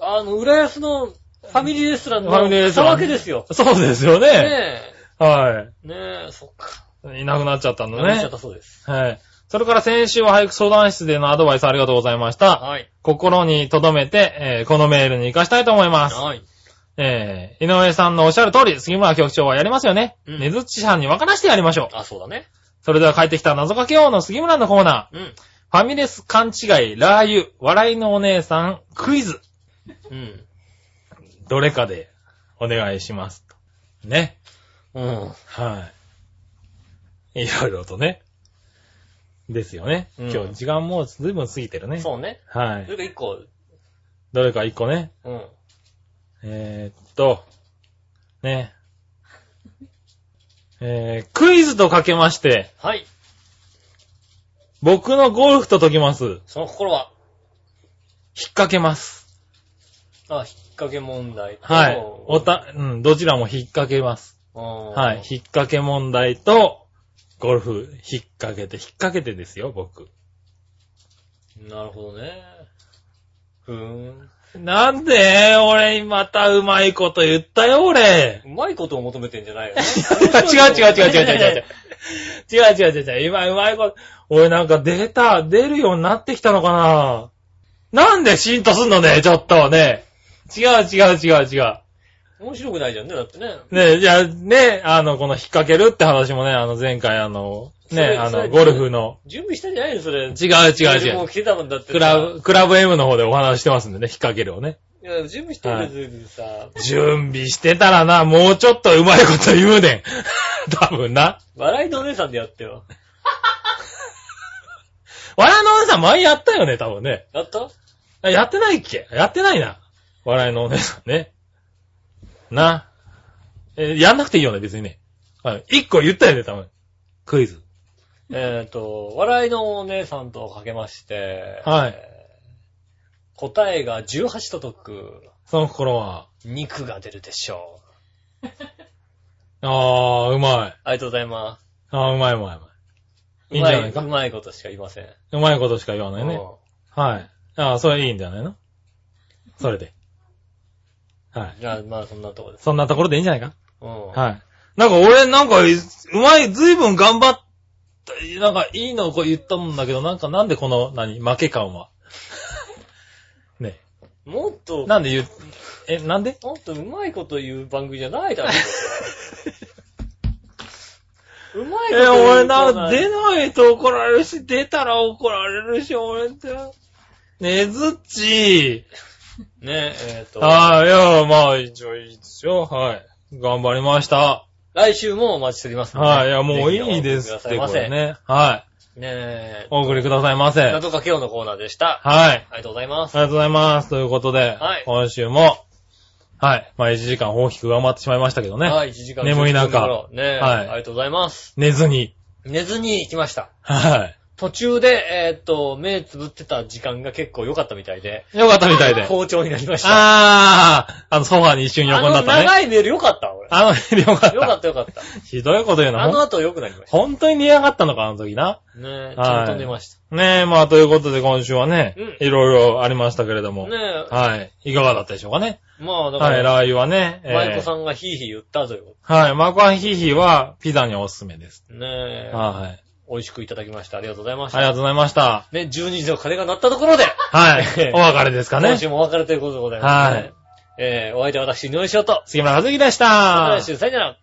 あの、浦安のファミリーレストランのファミリーレストランわけですよ。そうですよねね。はえ。ねえ、そっか。い。いなくなっちゃったんだなっちゃねっ。たそうです。はい。それから先週は俳句相談室でのアドバイスありがとうございました。はい。心に留めて、えーこのメールに活かしたいと思います。はい。えー、井上さんのおっしゃる通り、杉村局長はやりますよね。うんねずっちさんに分からしてやりましょう。あ、そうだね。それでは帰ってきた謎かけ王の杉村のコーナうん。ー。ファミレス勘違い、ラー油、笑いのお姉さん、クイズ。うん。どれかでお願いします。ね。うん。はい。いろいろとね。ですよね。うん今日時間もう随分過ぎてるね。そうね。はそれい。が一個。どれか一個ね。うん。えー、っと、ね。えー、クイズとかけまして、はい。僕のゴルフと解きます。引っその心は、掛けます。あ、引っ掛け問題と。はい。おた、うん、どちらも引っ掛けます。うん。はい。引っ掛け問題と、ゴルフ、引っ掛けて、引っ掛けてですよ、僕。なるほどね。ふーん。なんで俺、またうまいこと言ったよ、俺。うまいことを求めてんじゃないよね。 違う 違う違う違う違う違う。違う違う違う違う。今うまいこと、俺なんかデータ出るようになってきたのかななんで浸透すんのね、ちょっとね。違う違う違う違う。面白くないじゃんね、だってね。ねじゃあね、あの、この引っ掛けるって話もね、あの前回あの、それね、あそれの、ゴルフの、準備したんじゃないのそれ。違う違うも違うう。来てたもんだってさ。クラブ、クラブ M の方でお話してますんでね、引っ掛けるをね。いや、準備してるずにさ、準備してたらな、もうちょっとうまいこと言うねん。 多分な。笑いのお姉さんでやってよ。笑いのお姉さん前やったよね、多分ね。やったあやってないっけやってないな。笑いのお姉さんね。な。えーやんなくていいよね、別にね。はい。一個言ったよね、多分。クイズ。えっと、笑いのお姉さんとかけまして、はいえー答えが18と解く、その心は。肉が出るでしょう。あー、うまい。ありがとうございまあー、うまいうまいうまい。す。いいんじゃないか。うまうまいことしか言いません。うまいことしか言わないね。うんはい。あー、それいいんじゃないのそれで。はい。じゃあ、まあそんなとこです。そんなところでいいんじゃないかうん。はい。なんか俺、なんか、いうまい、ずいぶん頑張った、なんかいいのをこう言ったんだけど、なんかなんでこの、何、負け感は。ね。もっと、もなんで言う、 え、なんでっとうまいこと言う番組じゃないだろ。うまい ことえ言うと俺な、出ないと怒られるし、出たら怒られるし、俺って。ねずっちねえ、えっ、と、ああ、いや、まあ、一応いいですよ。はい。頑張りました。来週もお待ちしておりますのではい。いや、もういいですって、これ。ね。はい。ぜひお送りくださいませねえ。お送りくださいませ。はい。謎かけようのコーナーでした。あありりがとうございます。がとうございます。ということで、はい今週も、はい。まあ、1時間大きく上回ってしまいましたけどね。はい、1時間眠い中10分頃ねえ、はいありがとうございます。寝ずに。寝ずに行きました。は途中で、えーっと、目つぶってた時間が結構良かったみたいで、い。よかったみたいで。好調になりました。あー、あの、ソファに一瞬あ横になのったね。長いメール良かった、 俺。あの、よかっ。良かったた良かった。ひどいこと言うあのな。後良くなりまし本当に寝やがったのか、あの時な。た。ねえ、ちはいゃんと寝ました。ねえ、まあ、ということで今週はねうん、いろいろありましたけれどもね。え、はい。いかがだったでしょうかね。まあだかはい、ら、ラー油はね。えーマイコさんがヒーヒー言ったぞよ。はい、マークアンヒーヒーはピザにおすすめです。ねえ、はい。美味しくいただきました。ありがとうございましありがた。とうございました。ね、12時の鐘が鳴ったところで、はい。 お別れですかね今。週もお別れということでございますね。はいえー、お相手は私、井上翔と、杉村和樹でしまたた来。週、さよなら。